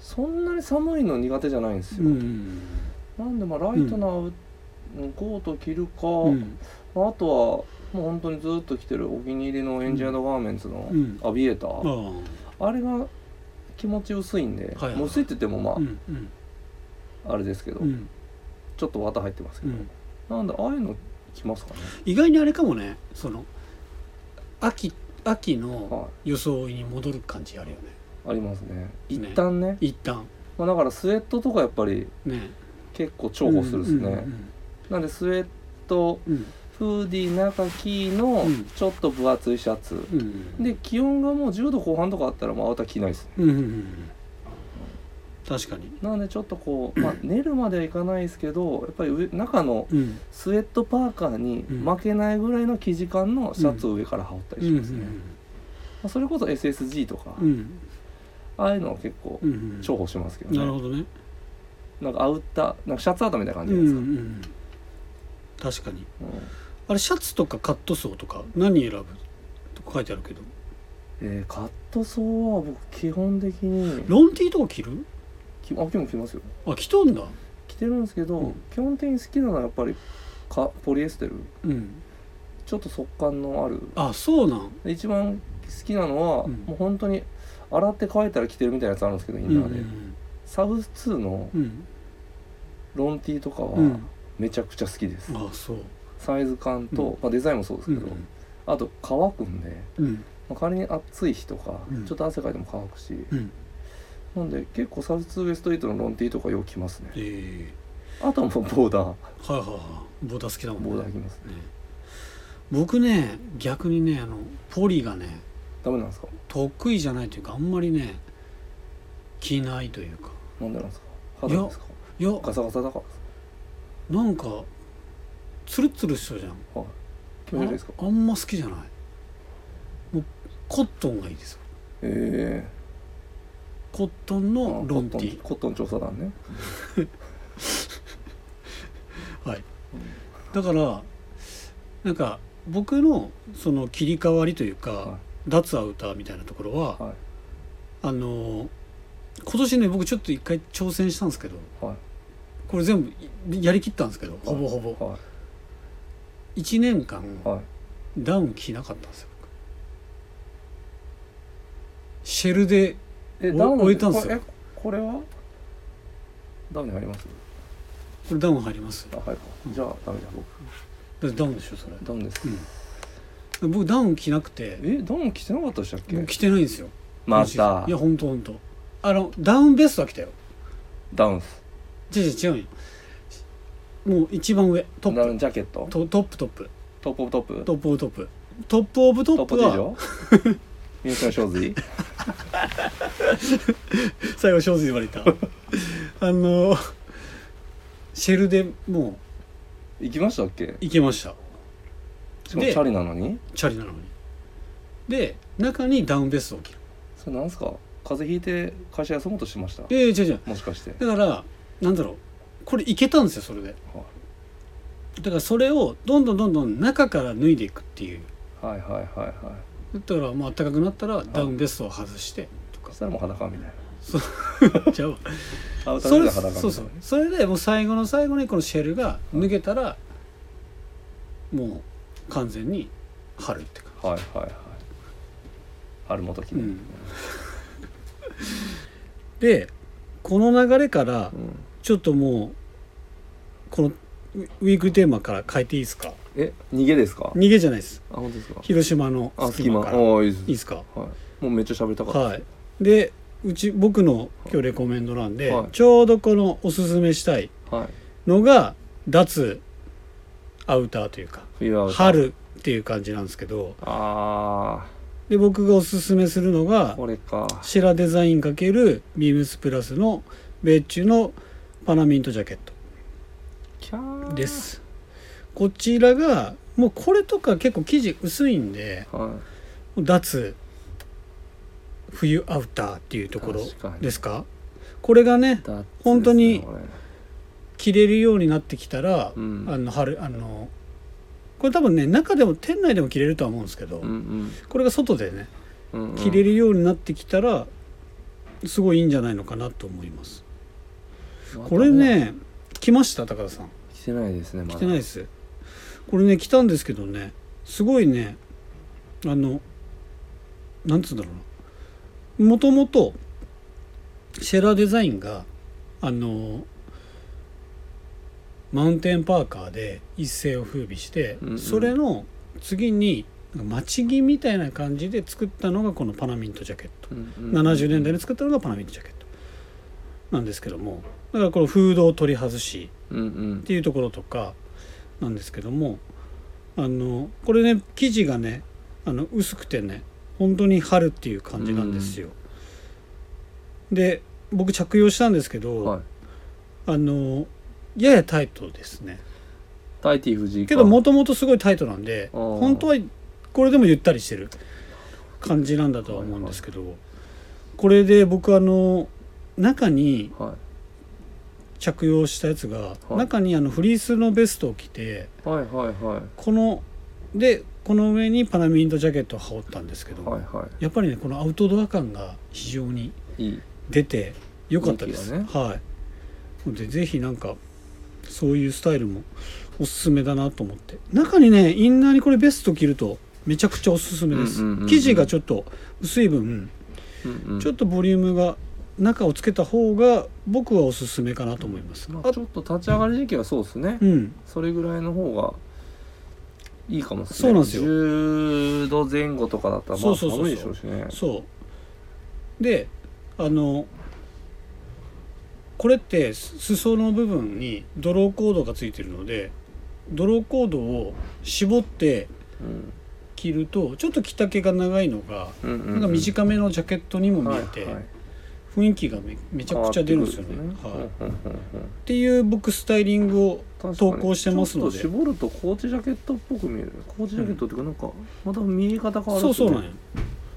Speaker 2: そんなに寒いの苦手じゃないんですよ、
Speaker 1: うん
Speaker 2: なんでまあライトなアウコート着るか、
Speaker 1: うん
Speaker 2: まあ、あとはもう本当にずっと着てるお気に入りのエンジニアドガーメンツの
Speaker 1: うん
Speaker 2: アビエータ
Speaker 1: ああ
Speaker 2: ー、あれが気持ち薄いんで、
Speaker 1: はいはい
Speaker 2: もう薄いって言ってもまあ、
Speaker 1: うんうん
Speaker 2: あれですけど、
Speaker 1: うん
Speaker 2: ちょっと綿入ってますけ
Speaker 1: う
Speaker 2: ど、
Speaker 1: ん
Speaker 2: なんでああいうの着ますかね、
Speaker 1: 意外にあれかもねその秋秋の
Speaker 2: は
Speaker 1: 装いに戻る感じあるよね
Speaker 2: いありますね一
Speaker 1: ね
Speaker 2: 旦ね
Speaker 1: 一旦
Speaker 2: まあ、だからスウェットとかやっぱり
Speaker 1: ね
Speaker 2: 結構重宝するですね、
Speaker 1: うん
Speaker 2: なんでスウェット
Speaker 1: うん
Speaker 2: フーディー中着の
Speaker 1: うん
Speaker 2: ちょっと分厚いシャツ、
Speaker 1: うんうん
Speaker 2: で気温がもう10度後半とかあったらもうアウター着ないですね
Speaker 1: うんうんうんうん確かに
Speaker 2: なのでちょっとこう、まあ、寝るまではいかないですけどやっぱり上中の
Speaker 1: うん
Speaker 2: スウェットパーカーに
Speaker 1: うん
Speaker 2: 負けないぐらいの生地感のシャツを上から羽織ったり
Speaker 1: う
Speaker 2: し
Speaker 1: ん
Speaker 2: ますね、まあ、それこそ SSG とか、
Speaker 1: うんうん
Speaker 2: ああいうのを結構
Speaker 1: うんうん
Speaker 2: 重宝しますけどね、
Speaker 1: なるほどね
Speaker 2: なんかアウターなんかシャツアウターみたいな感
Speaker 1: う
Speaker 2: じ
Speaker 1: ん
Speaker 2: じゃ
Speaker 1: う
Speaker 2: ない
Speaker 1: ん
Speaker 2: で
Speaker 1: う
Speaker 2: すか、
Speaker 1: ん確かに
Speaker 2: うん
Speaker 1: あれシャツとかカットソーとか何選ぶとか書いてあるけど
Speaker 2: えーカットソーは僕基本的に
Speaker 1: ロンティーとか着る
Speaker 2: きあ今日も着ますよ
Speaker 1: あ着とんだ
Speaker 2: 着てるんですけど、
Speaker 1: うん
Speaker 2: 基本的に好きなのはやっぱりかポリエステル
Speaker 1: うん
Speaker 2: ちょっと速乾のある
Speaker 1: あそうなん
Speaker 2: で一番好きなのは、
Speaker 1: うん
Speaker 2: もう本当に洗って乾いたら着てるみたいなやつあるんですけどイ
Speaker 1: うん
Speaker 2: ン
Speaker 1: う
Speaker 2: ナーで、
Speaker 1: ん
Speaker 2: サブ2の
Speaker 1: うん
Speaker 2: ロンティーとかは
Speaker 1: うん
Speaker 2: めちゃくちゃ好きです、
Speaker 1: あそう
Speaker 2: サイズ感と、
Speaker 1: うん
Speaker 2: まあ、デザインもそうです
Speaker 1: う
Speaker 2: けど、
Speaker 1: ん
Speaker 2: あと乾くんで、
Speaker 1: うん
Speaker 2: まあ、仮に暑い日とか、
Speaker 1: うん
Speaker 2: ちょっと汗かいても乾くし
Speaker 1: うん
Speaker 2: なんで結構サブ2ウエストエイトのロンティーとかよく着ますね
Speaker 1: え
Speaker 2: あとはもうボーダー
Speaker 1: ーはいはいはいボーダー好きだもんね
Speaker 2: ボーダー着ます
Speaker 1: ね僕ね逆にねあのポリがね
Speaker 2: ダメなんですか
Speaker 1: 得意じゃないというかあんまりね着ないというか
Speaker 2: なんでなんですか肌ですか
Speaker 1: いや
Speaker 2: ガサガサだからです
Speaker 1: なんかツルツルしそうじゃん
Speaker 2: かはい気持ち悪いですか
Speaker 1: ああんま好きじゃないもうコットンがいいですよ
Speaker 2: え
Speaker 1: コットン
Speaker 2: え
Speaker 1: のロンティー
Speaker 2: コットンコットン調査団ね
Speaker 1: はい、だからなんか僕のその切り替わりというか、
Speaker 2: は
Speaker 1: 脱アウターみたいなところは、
Speaker 2: はい
Speaker 1: あの今年ね僕ちょっと一回挑戦したんですけど
Speaker 2: は
Speaker 1: これ全部いやりきったんですけどほぼほぼ
Speaker 2: いは
Speaker 1: 1年間
Speaker 2: いはい
Speaker 1: ダウン着なかったんですよ僕シェルで
Speaker 2: え
Speaker 1: お
Speaker 2: ダウン
Speaker 1: 置いたんすよ
Speaker 2: こえこれはダウンに入ります
Speaker 1: これダウン入ります
Speaker 2: あ入るかじゃあダメだ
Speaker 1: だってダウンでしょそれ
Speaker 2: 僕ダウンです、
Speaker 1: 僕ダウン着なくて
Speaker 2: えダウン着てなかったでしたっけ
Speaker 1: 着てないんですよ
Speaker 2: ま
Speaker 1: 今シーズ
Speaker 2: た
Speaker 1: ンいやほんとほんとあのダウンベストは着たよ
Speaker 2: ダウンス
Speaker 1: 違う違う違うよもう一番上ト
Speaker 2: ダ
Speaker 1: ッ
Speaker 2: ウ
Speaker 1: プ
Speaker 2: ンジャケット
Speaker 1: トトップトップ
Speaker 2: トップオブトップ
Speaker 1: トップオブトップトップオブトップ
Speaker 2: トップでし
Speaker 1: は
Speaker 2: ょ 三好の正髄
Speaker 1: 最後正直言われ たあのシェルでも
Speaker 2: 行きましたっけ
Speaker 1: ういけました
Speaker 2: しかも
Speaker 1: で
Speaker 2: チャリなのに
Speaker 1: チャリなのにで中にダウンベストを着る
Speaker 2: それなんすか風邪ひいて会社休もうとしてました
Speaker 1: ええ違う違う
Speaker 2: もしかして
Speaker 1: だからなんだろうこれいけたんですよそれで
Speaker 2: は
Speaker 1: だからそれをどんどんどんどん中から脱いでいくっていう
Speaker 2: はいはいはいはい
Speaker 1: だったらもう暖かくなったらダウンベストを外してとか
Speaker 2: そしたらもう裸みたい
Speaker 1: じゃあ
Speaker 2: なアウター
Speaker 1: そ
Speaker 2: ル
Speaker 1: れ
Speaker 2: が裸みたいな
Speaker 1: そうそうそれでもう最後の最後にこのシェルが脱げたらもう完全に春ってか
Speaker 2: はいはいはい春元記
Speaker 1: う
Speaker 2: 念、
Speaker 1: んでこの流れから
Speaker 2: うん
Speaker 1: ちょっともうこのウウィークリーテーマから変えていいですか
Speaker 2: え逃げですか
Speaker 1: 逃げじゃないです
Speaker 2: あ本当ですか
Speaker 1: 広島の
Speaker 2: あ
Speaker 1: 隙
Speaker 2: 隙
Speaker 1: 間
Speaker 2: 間
Speaker 1: からい
Speaker 2: ああいいです
Speaker 1: いですか
Speaker 2: はい、もうめっちゃ喋りたかった
Speaker 1: はいでうち僕の今日レコメンドなんで、
Speaker 2: はい
Speaker 1: ちょうどこのおすすめしたい
Speaker 2: はい、
Speaker 1: のが脱アウターというか
Speaker 2: 冬は
Speaker 1: 春っていう感じなんですけど
Speaker 2: あ
Speaker 1: で僕がおすすめするの
Speaker 2: あ
Speaker 1: が
Speaker 2: これか
Speaker 1: シラデザイン×ビームスプラスの米中のパナミントジャケッ
Speaker 2: キャー
Speaker 1: トですこちらがもうこれとか結構生地薄いんで
Speaker 2: は
Speaker 1: 脱冬アウターっていうと
Speaker 2: い
Speaker 1: ころ
Speaker 2: 確かに
Speaker 1: ですかこれがね
Speaker 2: だっつですね
Speaker 1: 本当に
Speaker 2: こ
Speaker 1: 着れるようになってきたら、
Speaker 2: れうん
Speaker 1: あの春あのこれ多分ね中でも店内でも着れるとは思うんですけど、
Speaker 2: うん
Speaker 1: これが外でね
Speaker 2: うんうんうん
Speaker 1: 着れるようになってきたらすごいいいんじゃないのかなと思います
Speaker 2: まだ
Speaker 1: これね来ました高田さん
Speaker 2: 着てないですねまだ
Speaker 1: 来てないですこれね来たんですけどねすごいねあのなんつうんだろうなもともとシェラデザインがあのマウンテンパーカーで一世を風靡して、
Speaker 2: うんうん
Speaker 1: それの次に待ち着みたいな感じで作ったのがこのパナミントジャケット
Speaker 2: うんうん
Speaker 1: 70年代に作ったのがパナミントジャケットなんですけどもだからこのフードを取り外し
Speaker 2: うんうん
Speaker 1: っていうところとかなんですけどもあのこれね生地がねあの薄くてね本当に春っていう感じなんですよ。で僕着用したんですけど、
Speaker 2: はい
Speaker 1: あのややタイトですね。
Speaker 2: タイティ藤井か
Speaker 1: けどもともとすごいタイトなんで
Speaker 2: あー
Speaker 1: 本当はこれでもゆったりしてる感じなんだとは思うんですけど、これで僕あの中に
Speaker 2: は
Speaker 1: 着用したやつが、
Speaker 2: はい
Speaker 1: 中にあのフリースのベストを着て。
Speaker 2: いはいはいはい
Speaker 1: このでこの上にパナミントジャケットを羽織ったんですけど、
Speaker 2: はいは
Speaker 1: やっぱりねこのアウトドア感が非常に
Speaker 2: いいい
Speaker 1: 出て良かったです、
Speaker 2: 雰囲気
Speaker 1: はいのでぜひなんかそういうスタイルもおすすめだなと思って中にねインナーにこれベスト着るとめちゃくちゃおすすめです、
Speaker 2: うんうんうんうん
Speaker 1: 生地がちょっと薄い分、
Speaker 2: うんうん
Speaker 1: ちょっとボリュームが中をつけた方が僕はおすすめかなと思います、
Speaker 2: ま
Speaker 1: あ
Speaker 2: あ、ちょっと立ち上がり時期はそうですね、
Speaker 1: うん
Speaker 2: それぐらいの方がいいかもっすね
Speaker 1: そうなんですよ
Speaker 2: 10度前後とかだったらま
Speaker 1: そう
Speaker 2: あ
Speaker 1: そうそうそう
Speaker 2: 寒いでしょうしね
Speaker 1: そうであのこれってす裾の部分にドローコードがついてるのでドローコードを絞って
Speaker 2: うん
Speaker 1: 着るとちょっと着丈が長いのが
Speaker 2: うんうん
Speaker 1: なんか短めのジャケットにも見えて
Speaker 2: はいはい
Speaker 1: 雰囲気がめめちゃくちゃ出るんですよね。
Speaker 2: 変
Speaker 1: はい
Speaker 2: わ
Speaker 1: っ
Speaker 2: ってくるんですねうんうんうんうん
Speaker 1: ていう僕スタイリングを
Speaker 2: 確かに
Speaker 1: 投稿してますので
Speaker 2: ちょっと絞るとコーチジャケットっぽく見えるコーチジャケットっていうかなんかまた見え方変わる
Speaker 1: そうそうなん
Speaker 2: っ
Speaker 1: や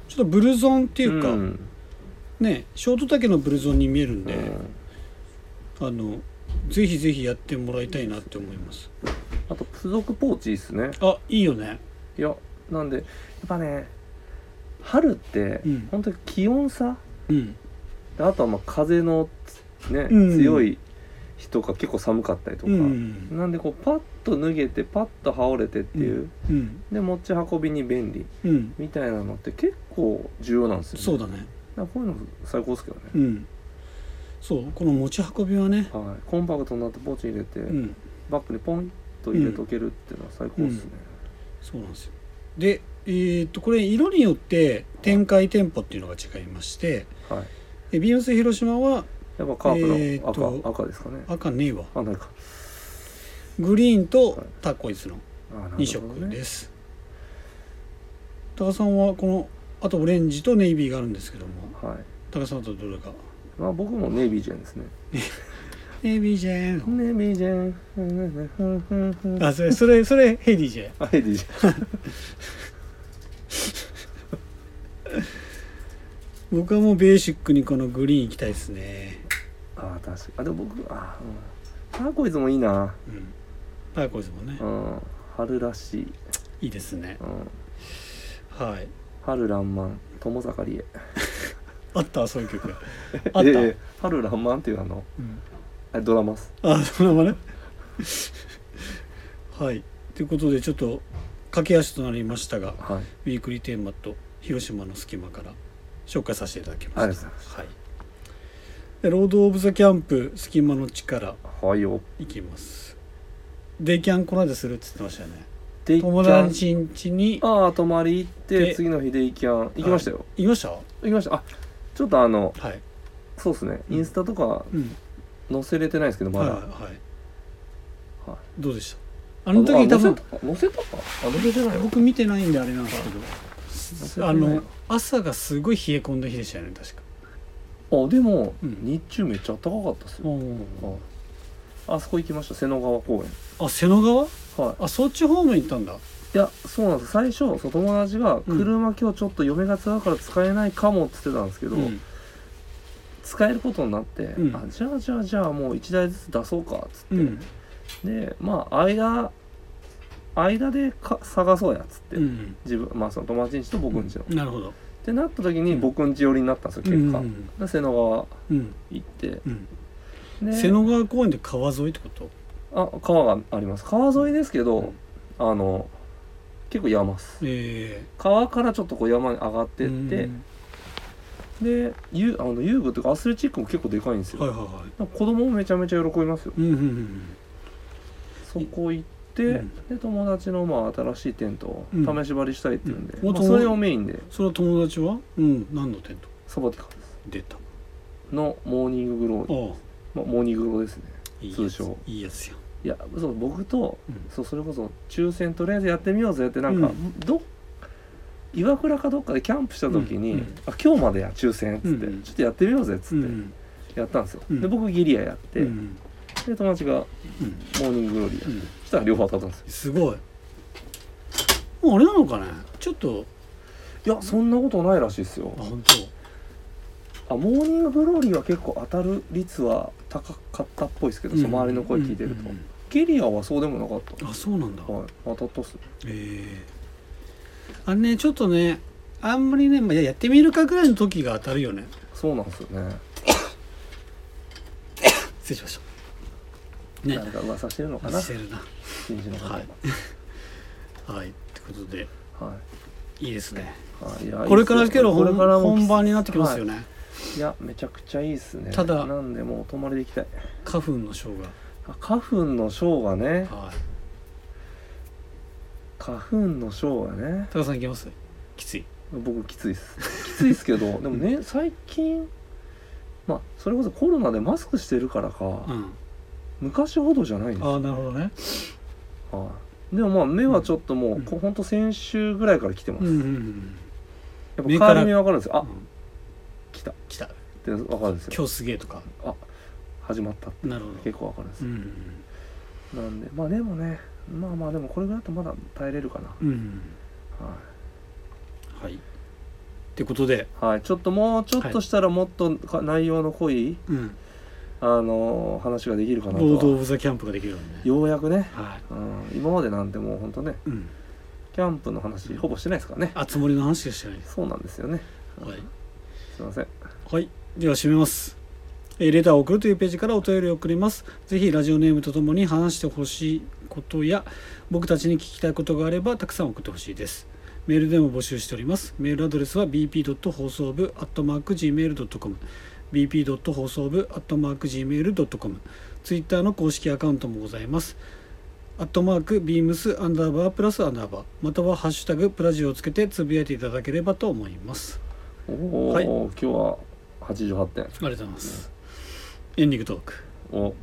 Speaker 1: ちょっとブルゾンって
Speaker 2: て
Speaker 1: いうか、
Speaker 2: ん
Speaker 1: ねショート丈のブルゾンに見えるん
Speaker 2: う
Speaker 1: で、
Speaker 2: ん
Speaker 1: あのぜひぜひやってもらいたいなって思います。
Speaker 2: あと付属ポーチいいっすね
Speaker 1: あいいよね。
Speaker 2: いやなんでやっぱね春って
Speaker 1: うん
Speaker 2: 本当に気温差
Speaker 1: うん
Speaker 2: であとはまあ風のつね、
Speaker 1: うん
Speaker 2: 強い日とか結構寒かったりと
Speaker 1: う
Speaker 2: か、
Speaker 1: ん
Speaker 2: なんでこうパッと脱げてパッと羽織れてっていう、
Speaker 1: うん
Speaker 2: で持ち運びに便利
Speaker 1: うん
Speaker 2: みたいなのって結構重要なんですよね
Speaker 1: そうだね
Speaker 2: だからこういうの最高ですけどね、
Speaker 1: うんそうこの持ち運びはね
Speaker 2: はい、コンパクトになってポーチに入れて、
Speaker 1: うん
Speaker 2: バッグにポンと入れとけるっていうのは最高ですね、
Speaker 1: そうなんですよでえーっとこれ色によって展開店舗っていうのが違いまして
Speaker 2: はい
Speaker 1: えビームス広島は
Speaker 2: やっぱカー
Speaker 1: え
Speaker 2: プの赤、
Speaker 1: ーっと
Speaker 2: 赤ですかね
Speaker 1: 赤ねえわ
Speaker 2: あないか
Speaker 1: グリーンと
Speaker 2: はい
Speaker 1: ターコイズの
Speaker 2: あなるほどね
Speaker 1: 2色です、高田さんはこのあとオレンジとネイビーがあるんですけども
Speaker 2: はい
Speaker 1: 高田さんとどれか
Speaker 2: まあ僕もネイビージェンですね
Speaker 1: ヘビージェーン。
Speaker 2: ネビジェンふんふんふんふんふん
Speaker 1: あ、それ、それ、それ、ヘディジェ。
Speaker 2: あヘディジェン
Speaker 1: 僕はもうベーシックにこのグリーン行きたいですね。
Speaker 2: あ確かあでも僕あうんターコイズもいいな
Speaker 1: うん。パーコイズもね
Speaker 2: う。ん春らしい、
Speaker 1: いいですね。
Speaker 2: うん、
Speaker 1: はい。
Speaker 2: 春らんまん友盛りへ
Speaker 1: あったそういう 曲。あった。
Speaker 2: ええ春らんまんっていうあの
Speaker 1: うん
Speaker 2: あドラマっす
Speaker 1: あ、そのままね。はい。ということで、ちょっと駆け足となりましたが、
Speaker 2: はい
Speaker 1: ウィークリーテーマと広島の隙間から紹介させていただきました。
Speaker 2: ありがとうございま
Speaker 1: はい。でロード・オブ・ザ・キャンプ、隙間の力、
Speaker 2: はいよ
Speaker 1: いきます。デイキャンこの間するって言ってましたよね。
Speaker 2: で
Speaker 1: 友達ん家に
Speaker 2: ああ泊まり行って
Speaker 1: で
Speaker 2: 次の日で行きやん行きましたよ、
Speaker 1: いましたは
Speaker 2: 行きましたあちょっとあの
Speaker 1: い。
Speaker 2: そうですね
Speaker 1: うん
Speaker 2: インスタとか
Speaker 1: うん。
Speaker 2: 載せれてないですけどま
Speaker 1: はい
Speaker 2: だ、
Speaker 1: はいはい。
Speaker 2: はい
Speaker 1: どうでしたあの時多分
Speaker 2: あ、載せた載せたかあ載せてないわ
Speaker 1: 僕見てないんであれなんで
Speaker 2: 載せ
Speaker 1: す
Speaker 2: て
Speaker 1: けど
Speaker 2: ない
Speaker 1: あの朝がすごい冷え込んだ日でしたよね確か
Speaker 2: あでも、
Speaker 1: うん
Speaker 2: 日中めっちゃ暖かかったっすよ、はいあそこ行きました瀬野川公
Speaker 1: あ瀬野川
Speaker 2: 園はい
Speaker 1: あそっち方面行ったんだ
Speaker 2: いやそうなんです最初そう友達が「
Speaker 1: うん
Speaker 2: 車今日ちょっと嫁が使うから使えないかも」って言ってたんですけど、
Speaker 1: うん
Speaker 2: 使えることになって、
Speaker 1: うん
Speaker 2: あじゃあじゃあじゃあもう1台ずつ出そうかっつって、
Speaker 1: うん
Speaker 2: でまあ間間でか探そうやっつって、
Speaker 1: うん
Speaker 2: 自分まあその友達ん家と僕ん家の、っ
Speaker 1: なるほど
Speaker 2: てなった時に
Speaker 1: うん
Speaker 2: 僕ん家寄りになったんですよ
Speaker 1: う
Speaker 2: 結
Speaker 1: ん
Speaker 2: 果、で瀬野川
Speaker 1: うん
Speaker 2: 行って
Speaker 1: うん
Speaker 2: で
Speaker 1: 瀬野川公園で川沿いってこと
Speaker 2: あ川があります川沿いですけど、
Speaker 1: うん
Speaker 2: あの結構山っす
Speaker 1: え
Speaker 2: 川からちょっとこう山に上がっ
Speaker 1: え
Speaker 2: てって、
Speaker 1: うん
Speaker 2: で遊あの遊具というかアスレチックも結構でかいんですよ、
Speaker 1: はいはいは
Speaker 2: なんか子供もめちゃめちゃ喜びますよ
Speaker 1: いうんうんうん
Speaker 2: そこ行
Speaker 1: う
Speaker 2: って、
Speaker 1: ん
Speaker 2: で友達のまあ新しいテントを
Speaker 1: うん
Speaker 2: 試し張りしたいっていうんで、
Speaker 1: うん
Speaker 2: まあ、それをメインで
Speaker 1: その友達はうん何のテント
Speaker 2: サボティカです
Speaker 1: 出たあ
Speaker 2: のモーニンググロー、
Speaker 1: あ
Speaker 2: まあ、モーニンググローですね
Speaker 1: いいやつ
Speaker 2: 通称
Speaker 1: いいやつよ
Speaker 2: いやそう僕と、
Speaker 1: うん
Speaker 2: そうそれこそ抽選とりあえずやってみようぜってなんか、
Speaker 1: う
Speaker 2: ど岩倉かどっかでキャンプした時に「
Speaker 1: うんうん
Speaker 2: あ今日までや抽選」っつって、
Speaker 1: うん
Speaker 2: ちょっとやってみようぜ」っつ
Speaker 1: う
Speaker 2: って
Speaker 1: ん
Speaker 2: やったんですよ、
Speaker 1: うん
Speaker 2: で僕ギリアやって、
Speaker 1: うん
Speaker 2: で友達が
Speaker 1: うん
Speaker 2: モーニンググローリーや、
Speaker 1: うん
Speaker 2: そしたら両方当たったんです
Speaker 1: す
Speaker 2: よ
Speaker 1: ごいもうあれなのかねちょっと
Speaker 2: いやそんなことないらしいですよ
Speaker 1: あ本当
Speaker 2: あモーニンググローリーは結構当たる率は高かったっぽいですけど、その周りの声聞いてると、
Speaker 1: うんうん
Speaker 2: ゲリアはそうでもなかった
Speaker 1: うんあそうなんだ、
Speaker 2: はい当たったっす
Speaker 1: ええあのねちょっとねあんまりね、まあ、いややってみるかぐらいの時が当たるよね
Speaker 2: そうなんですよね
Speaker 1: 失礼しましたね
Speaker 2: 誰か噂してるのかな
Speaker 1: してるな
Speaker 2: 新人の方が
Speaker 1: は
Speaker 2: はいい、
Speaker 1: はいってことで
Speaker 2: はい
Speaker 1: いいですね
Speaker 2: い、や
Speaker 1: これからですけど
Speaker 2: いいっすよこ
Speaker 1: 本
Speaker 2: れからも
Speaker 1: 本番になってきますよね、
Speaker 2: いやめちゃくちゃいいっすね
Speaker 1: ただ
Speaker 2: なんでもうお泊まりで行きたい
Speaker 1: 花粉のショー
Speaker 2: あ花粉のショーがね
Speaker 1: がはい
Speaker 2: 花粉のショーがね
Speaker 1: 高田さんいけますきつい
Speaker 2: 僕きついっすきついっすけど でもね最近まあそれこそコロナでマスクしてるからか、
Speaker 1: うん
Speaker 2: 昔ほどじゃないんですよ
Speaker 1: ああなるほどね
Speaker 2: はい、でもまあ目はちょっともう、こほんと先週ぐらいから来てま
Speaker 1: う
Speaker 2: す、
Speaker 1: んうん
Speaker 2: や
Speaker 1: うん
Speaker 2: っぱ
Speaker 1: 目
Speaker 2: 変
Speaker 1: から
Speaker 2: わり目分かるんですよあ
Speaker 1: う、ん
Speaker 2: 来たっ
Speaker 1: 来た
Speaker 2: て分かるんですよ
Speaker 1: 今日すげえとか
Speaker 2: あ始まったって
Speaker 1: なるほど
Speaker 2: 結構分かるんです
Speaker 1: う
Speaker 2: よ、
Speaker 1: ん
Speaker 2: なんでまあでもねまあまあでもこれぐらいだとまだ耐えれるかな、
Speaker 1: うん
Speaker 2: は
Speaker 1: はいってことで
Speaker 2: い、はい、ちょっともうちょっとしたらもっとか内容の濃い、
Speaker 1: うん
Speaker 2: あのー話ができるかな
Speaker 1: ロード・オ
Speaker 2: とは
Speaker 1: ブ・ザ・キャンプができるよね
Speaker 2: ようやくね、
Speaker 1: は
Speaker 2: うん、今までなんてもうほんとね
Speaker 1: い、うん、
Speaker 2: キャンプの話ほぼしてないですからね
Speaker 1: あつ森の話でしたね
Speaker 2: そうなんですよね
Speaker 1: はい、
Speaker 2: すいません
Speaker 1: はい、では締めますえーレターを送るというページからお便りを送ります。ぜひラジオネームとともに話してほしいことや僕たちに聞きたいことがあればたくさん送ってほしいです。メールでも募集しております。メールアドレスは bp. 放送部 .gmail.com bp. 放送部 .gmail.com ツイッターの公式アカウントもございます。アットマークビームスアンダーバープラスアンダーバーまたはハッシュタグプラジオをつけてつぶやいていただければと思います。
Speaker 2: おお、
Speaker 1: はい
Speaker 2: 今日は88点
Speaker 1: ありがとうございます。エンディングトーク。
Speaker 2: お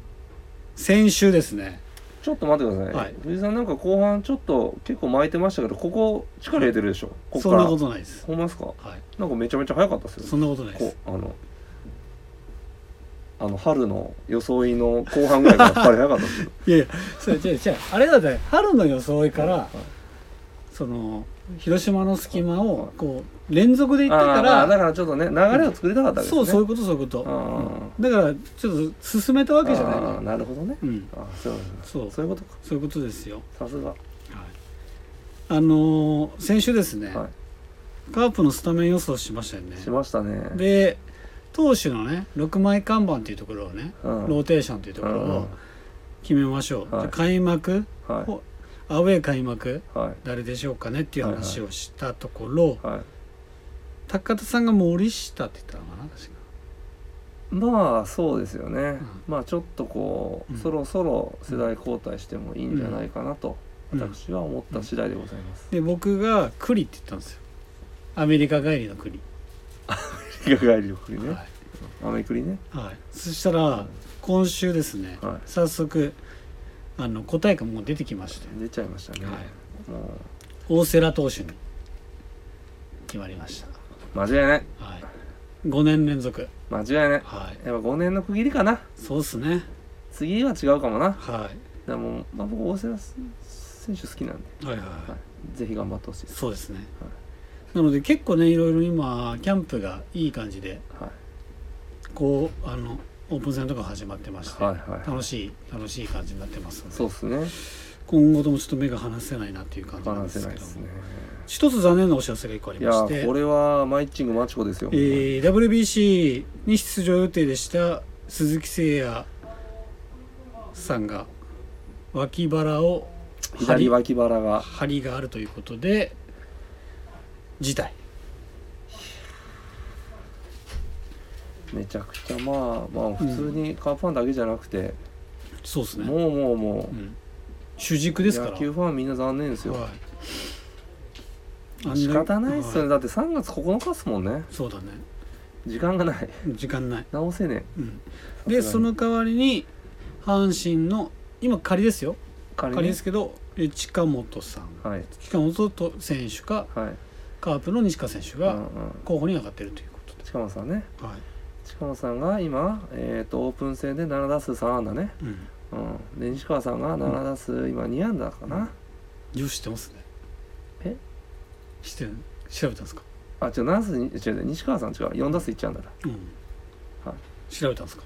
Speaker 1: 先週ですね。
Speaker 2: ちょっと待ってください、
Speaker 1: はい
Speaker 2: 藤井さんなんか後半ちょっと結構巻いてましたけどここ力入れてるでしょここ
Speaker 1: そ
Speaker 2: か
Speaker 1: ん
Speaker 2: ら
Speaker 1: なことないです。
Speaker 2: ほんまですか
Speaker 1: はい。
Speaker 2: なんかめちゃめちゃ早かったですよ
Speaker 1: そんなことないで
Speaker 2: こ
Speaker 1: す。
Speaker 2: うあのあの春の装いの後半ぐらいから晴れなかったんです よ
Speaker 1: いやいやそれ違う違うあれだって春の装いから、
Speaker 2: い
Speaker 1: その広島の隙間をこう連続で行ったか
Speaker 2: あーまあだ
Speaker 1: ら
Speaker 2: からちょっとね流れを作りたかったわけですね
Speaker 1: そうそういうことそういうこと
Speaker 2: あ
Speaker 1: だからちょっと進めたわけじゃない
Speaker 2: あー
Speaker 1: の
Speaker 2: なるほどね
Speaker 1: うん
Speaker 2: あーそうなんだ
Speaker 1: そう
Speaker 2: そういうことか
Speaker 1: そういうことですよ
Speaker 2: さすが
Speaker 1: あのー先週ですね、
Speaker 2: は
Speaker 1: カープのスタメン予想しましたよね
Speaker 2: しましたね
Speaker 1: で投手のね6枚看板っていうところをね、
Speaker 2: うん
Speaker 1: ローテーションっていうところ
Speaker 2: うん
Speaker 1: を決めましょう、
Speaker 2: はい
Speaker 1: で開幕
Speaker 2: は
Speaker 1: おアウェー開幕
Speaker 2: いは
Speaker 1: 誰でしょうかねっていう話をしたところ、
Speaker 2: いはい
Speaker 1: 高田さんが森下って言ったのかな確か
Speaker 2: まあそうですよね、
Speaker 1: ん
Speaker 2: まあちょっとこう、
Speaker 1: うん
Speaker 2: そろそろ世代交代してもいいんじゃないかなと、
Speaker 1: うん
Speaker 2: 私は思った次第でございます、
Speaker 1: で僕がクリって言ったんですよアメリカ帰りのクリ、
Speaker 2: 日帰りの栗ね、
Speaker 1: は
Speaker 2: アメクリね
Speaker 1: いはい、そしたら今週ですね、
Speaker 2: はい
Speaker 1: 早速あの答えがもう出てきまして、
Speaker 2: 出ちゃいましたね、
Speaker 1: はい
Speaker 2: も
Speaker 1: 大瀬良投手に決まりまし
Speaker 2: う間違いない
Speaker 1: た、はい、5年連続
Speaker 2: 間違いないやっ
Speaker 1: はい
Speaker 2: ぱ5年の区切りかな
Speaker 1: そうっすね
Speaker 2: 次は違うかもな
Speaker 1: は
Speaker 2: でも、まあ、僕大瀬良選手好きなんで、
Speaker 1: いはいはい
Speaker 2: は、
Speaker 1: はい
Speaker 2: ぜひ頑張ってほしいで
Speaker 1: い
Speaker 2: す、
Speaker 1: そうですね、なので結構ねいろいろ今キャンプがいい感じで
Speaker 2: はい
Speaker 1: こうあのオープン戦とか始まってまして、
Speaker 2: はいはい
Speaker 1: 楽しい楽しい感じになってますので
Speaker 2: そうですね
Speaker 1: 今後ともちょっと目が離せないなっていう感じなん
Speaker 2: 話
Speaker 1: で
Speaker 2: せ
Speaker 1: す
Speaker 2: な
Speaker 1: け
Speaker 2: いで
Speaker 1: ど
Speaker 2: す
Speaker 1: も、
Speaker 2: ね
Speaker 1: 一つ残念なお知らせが一個あり
Speaker 2: い
Speaker 1: ま
Speaker 2: や
Speaker 1: して
Speaker 2: ーこれはマイチングマチコですよ、
Speaker 1: えー WBC に出場予定でした鈴木誠也さんが脇腹を張
Speaker 2: 左
Speaker 1: り
Speaker 2: 脇腹が
Speaker 1: 張りがあるということで辞退
Speaker 2: めちゃくちゃまあまあ普通にカープファンだけじゃなくて、
Speaker 1: そうですね、
Speaker 2: もうもうも
Speaker 1: う、
Speaker 2: うん
Speaker 1: 主軸ですから
Speaker 2: 野球ファンみんな残念ですよ、
Speaker 1: はいあんな
Speaker 2: 仕方ないっすよ
Speaker 1: は
Speaker 2: ねだって3月9日っすもんね
Speaker 1: そうだね
Speaker 2: 時間がない
Speaker 1: 時間ない、
Speaker 2: 直せねえ
Speaker 1: うん、
Speaker 2: が
Speaker 1: で
Speaker 2: に
Speaker 1: その代わりに阪神の今仮ですよ
Speaker 2: 仮
Speaker 1: 仮
Speaker 2: に
Speaker 1: ですけどえ近本さん
Speaker 2: はい
Speaker 1: 近本選手か
Speaker 2: はい
Speaker 1: カープの西川選手
Speaker 2: うんう
Speaker 1: が
Speaker 2: ん
Speaker 1: 候補に上がってるということで、
Speaker 2: 近本さんね
Speaker 1: はい
Speaker 2: 近本さんが今、えー、とオープン戦で7打数3安打ね、
Speaker 1: うん、
Speaker 2: うん、で西川さんが7打数今2安打かな、
Speaker 1: よく知ってますね
Speaker 2: え
Speaker 1: 知ってる調べたんですか、
Speaker 2: あ違う7打数に違う西川さん違う4打数1安打だ
Speaker 1: うん
Speaker 2: は
Speaker 1: 調べたんですか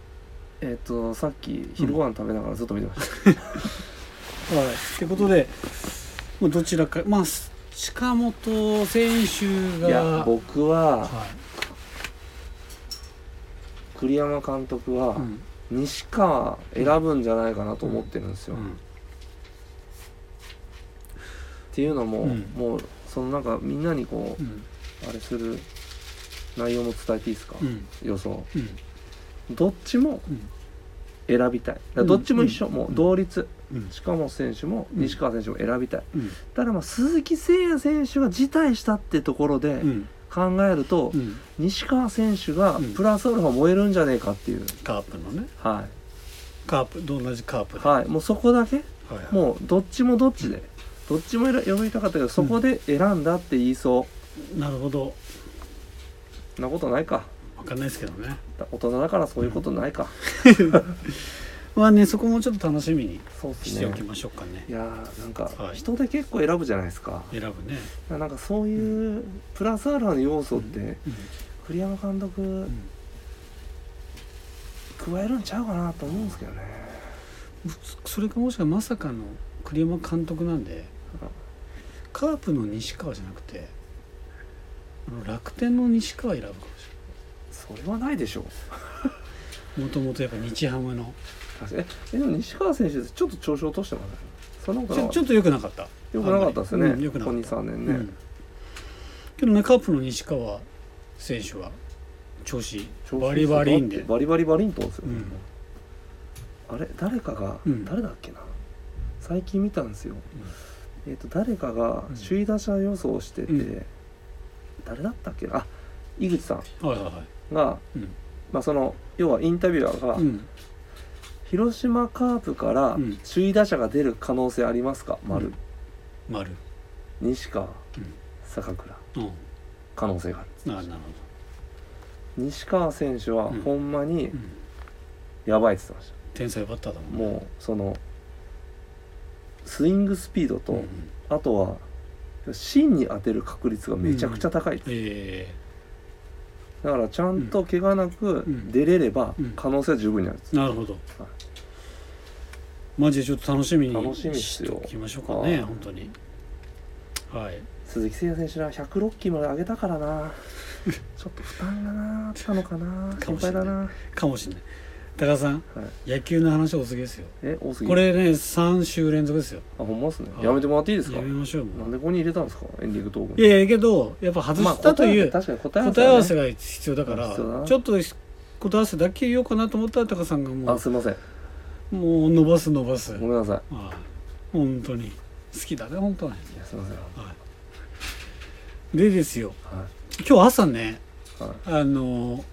Speaker 2: えっ、とさっき昼ご飯食べながらずっと見てました、
Speaker 1: はいってことでもうどちらかまあす近本選手が
Speaker 2: いや僕は
Speaker 1: は
Speaker 2: 栗山監督
Speaker 1: い、う
Speaker 2: は
Speaker 1: ん
Speaker 2: 西川選ぶんじゃないかなと思ってるんです
Speaker 1: う
Speaker 2: よ、っ
Speaker 1: ん
Speaker 2: ていうのも、
Speaker 1: うん
Speaker 2: もうそのなんかみんなにこ
Speaker 1: うん
Speaker 2: うあれする内容も伝えていいですか、
Speaker 1: うん
Speaker 2: 予想
Speaker 1: うん
Speaker 2: どっちも
Speaker 1: うん
Speaker 2: 選びたいだからどっちも一緒、
Speaker 1: うん
Speaker 2: もう同率
Speaker 1: うん
Speaker 2: 近本選手も
Speaker 1: うん
Speaker 2: 西川選手も選びたい、
Speaker 1: うん
Speaker 2: ただまあ鈴木誠也選手が辞退したってところで
Speaker 1: うん
Speaker 2: 考えると、
Speaker 1: うん
Speaker 2: 西川選手が
Speaker 1: うん
Speaker 2: プラスアルファ燃えるんじゃねえかっていう、
Speaker 1: カープのね
Speaker 2: は
Speaker 1: カープと同じカープ
Speaker 2: い、
Speaker 1: で、は
Speaker 2: はい、もうそこだけ
Speaker 1: いはい
Speaker 2: もうどっちもどっちで、どっちも選選びたかったけどそこで選んだって言いそう、
Speaker 1: なるほど
Speaker 2: そんなことないか
Speaker 1: わかんないですけどね
Speaker 2: だ大人だからそういうことないか、
Speaker 1: まあねそこもちょっと楽しみに
Speaker 2: そうっ
Speaker 1: し
Speaker 2: す
Speaker 1: て
Speaker 2: ね
Speaker 1: おきましょうかね
Speaker 2: いやーなんか
Speaker 1: はい
Speaker 2: 人で結構選ぶじゃないですか、
Speaker 1: 選ぶね、
Speaker 2: なんかそういうプラスアルファの要素って
Speaker 1: うん
Speaker 2: 栗山監督
Speaker 1: うん
Speaker 2: 加えるんちゃうかなと思うんですけどね
Speaker 1: それかもしくはまさかの栗山監督なんでカープの西川じゃなくてあの楽天の西川選ぶかもし
Speaker 2: それはないでしょう
Speaker 1: れないもともとやっぱ日ハムの
Speaker 2: 確かにええでも西川選手ってちょっと調子落としてますねそんなこと
Speaker 1: ち
Speaker 2: な
Speaker 1: ょ
Speaker 2: かっ
Speaker 1: ち
Speaker 2: た
Speaker 1: ょっと良くなかった
Speaker 2: よくなかったですね、
Speaker 1: うん良くな
Speaker 2: ここ
Speaker 1: かった
Speaker 2: 23年ね、
Speaker 1: うんけどねカープの西川選手は調子
Speaker 2: 調子
Speaker 1: バリバリいいんで
Speaker 2: バリバリバリンとですよ、
Speaker 1: うん
Speaker 2: あれ誰かが、
Speaker 1: うん
Speaker 2: 誰だっけな最近見たんですよ、えっ、と誰かが首位打者予想して
Speaker 1: う
Speaker 2: て、
Speaker 1: ん
Speaker 2: 誰だったっけなあ井口さん
Speaker 1: はいはいはい
Speaker 2: が、
Speaker 1: うん
Speaker 2: まあ、その要はインタビュアーが、
Speaker 1: うん
Speaker 2: 広島カープから
Speaker 1: うん
Speaker 2: 首位打者が出る可能性ありますか、丸
Speaker 1: 丸
Speaker 2: 西川、
Speaker 1: うん
Speaker 2: 坂倉
Speaker 1: うん
Speaker 2: 可能性がある
Speaker 1: あなるほ
Speaker 2: 西川選手は
Speaker 1: うん
Speaker 2: ほんまに
Speaker 1: どうん
Speaker 2: やばいって言ってました
Speaker 1: 天才バッターだもんね
Speaker 2: もうそのスイングスピードと、
Speaker 1: うんうん
Speaker 2: あとは芯に当てる確率がめちゃくちゃ高い、
Speaker 1: え
Speaker 2: だからちゃんと怪我なく
Speaker 1: うん
Speaker 2: 出れれば
Speaker 1: うん
Speaker 2: 可能性は十分にあるんです、
Speaker 1: ーなるほどマジでちょっと楽しみに
Speaker 2: 楽しみっす
Speaker 1: して
Speaker 2: よ
Speaker 1: おきましょうかね
Speaker 2: あー
Speaker 1: 本当にはい
Speaker 2: 鈴木誠也選手ら106期まで上げたから なちょっと負担がなあったのかな
Speaker 1: か
Speaker 2: 心
Speaker 1: もしれ
Speaker 2: 配
Speaker 1: ない
Speaker 2: だな
Speaker 1: かもしれない高田さん野球の話おすぎですよ
Speaker 2: え大杉
Speaker 1: これね3週連続ですよ
Speaker 2: あほんまっすね
Speaker 1: はい
Speaker 2: やめてもらっていいですか
Speaker 1: やめましょう
Speaker 2: な
Speaker 1: も
Speaker 2: ん
Speaker 1: う
Speaker 2: でここに入れたんですかエンディングトーク
Speaker 1: い
Speaker 2: に
Speaker 1: やいやけどやっぱ外したという
Speaker 2: 確かに答え合わせ,、
Speaker 1: 答え合わせが必要だから、
Speaker 2: 必要だな
Speaker 1: ちょっと答え合わせだけ言おうかなと思ったら高田さんがも
Speaker 2: あすいません
Speaker 1: うもう伸ばす伸ばす、
Speaker 2: ごめんなさい
Speaker 1: ああ本当に好きだね本当に
Speaker 2: いやすいませんは
Speaker 1: でですよ
Speaker 2: い
Speaker 1: 今日朝ね
Speaker 2: はい
Speaker 1: あの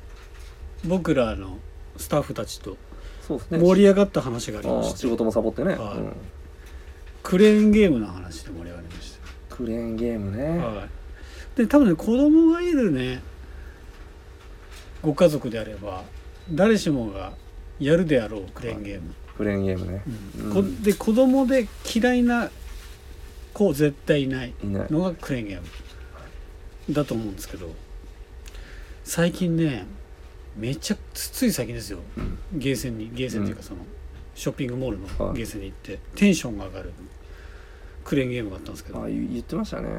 Speaker 1: 僕らのスタッフたちと
Speaker 2: そうですね
Speaker 1: 盛り上がった話がありま
Speaker 2: あ
Speaker 1: し
Speaker 2: ー
Speaker 1: て
Speaker 2: 仕事もサボってね、
Speaker 1: はい
Speaker 2: うん
Speaker 1: クレーンゲームの話で盛り上がりまし
Speaker 2: クレーンゲーム
Speaker 1: た、
Speaker 2: ね、
Speaker 1: はい、で多分ね子供がいるねご家族であれば誰しもがやるであろうクレーンゲーム、
Speaker 2: クレーンゲームね、
Speaker 1: うん
Speaker 2: うん
Speaker 1: こで子供で嫌いな子絶対いない
Speaker 2: いない
Speaker 1: のがクレーンゲームだと思うんですけど最近ねめちゃつつい最近ですよ
Speaker 2: うん
Speaker 1: ゲーセンにゲーセンっていう
Speaker 2: う
Speaker 1: かその、ショッピングモールの
Speaker 2: はい
Speaker 1: ゲーセンに行ってテンションが上がるクレーンゲームがあったんですけ
Speaker 2: あ
Speaker 1: ど
Speaker 2: 言言ってましたね、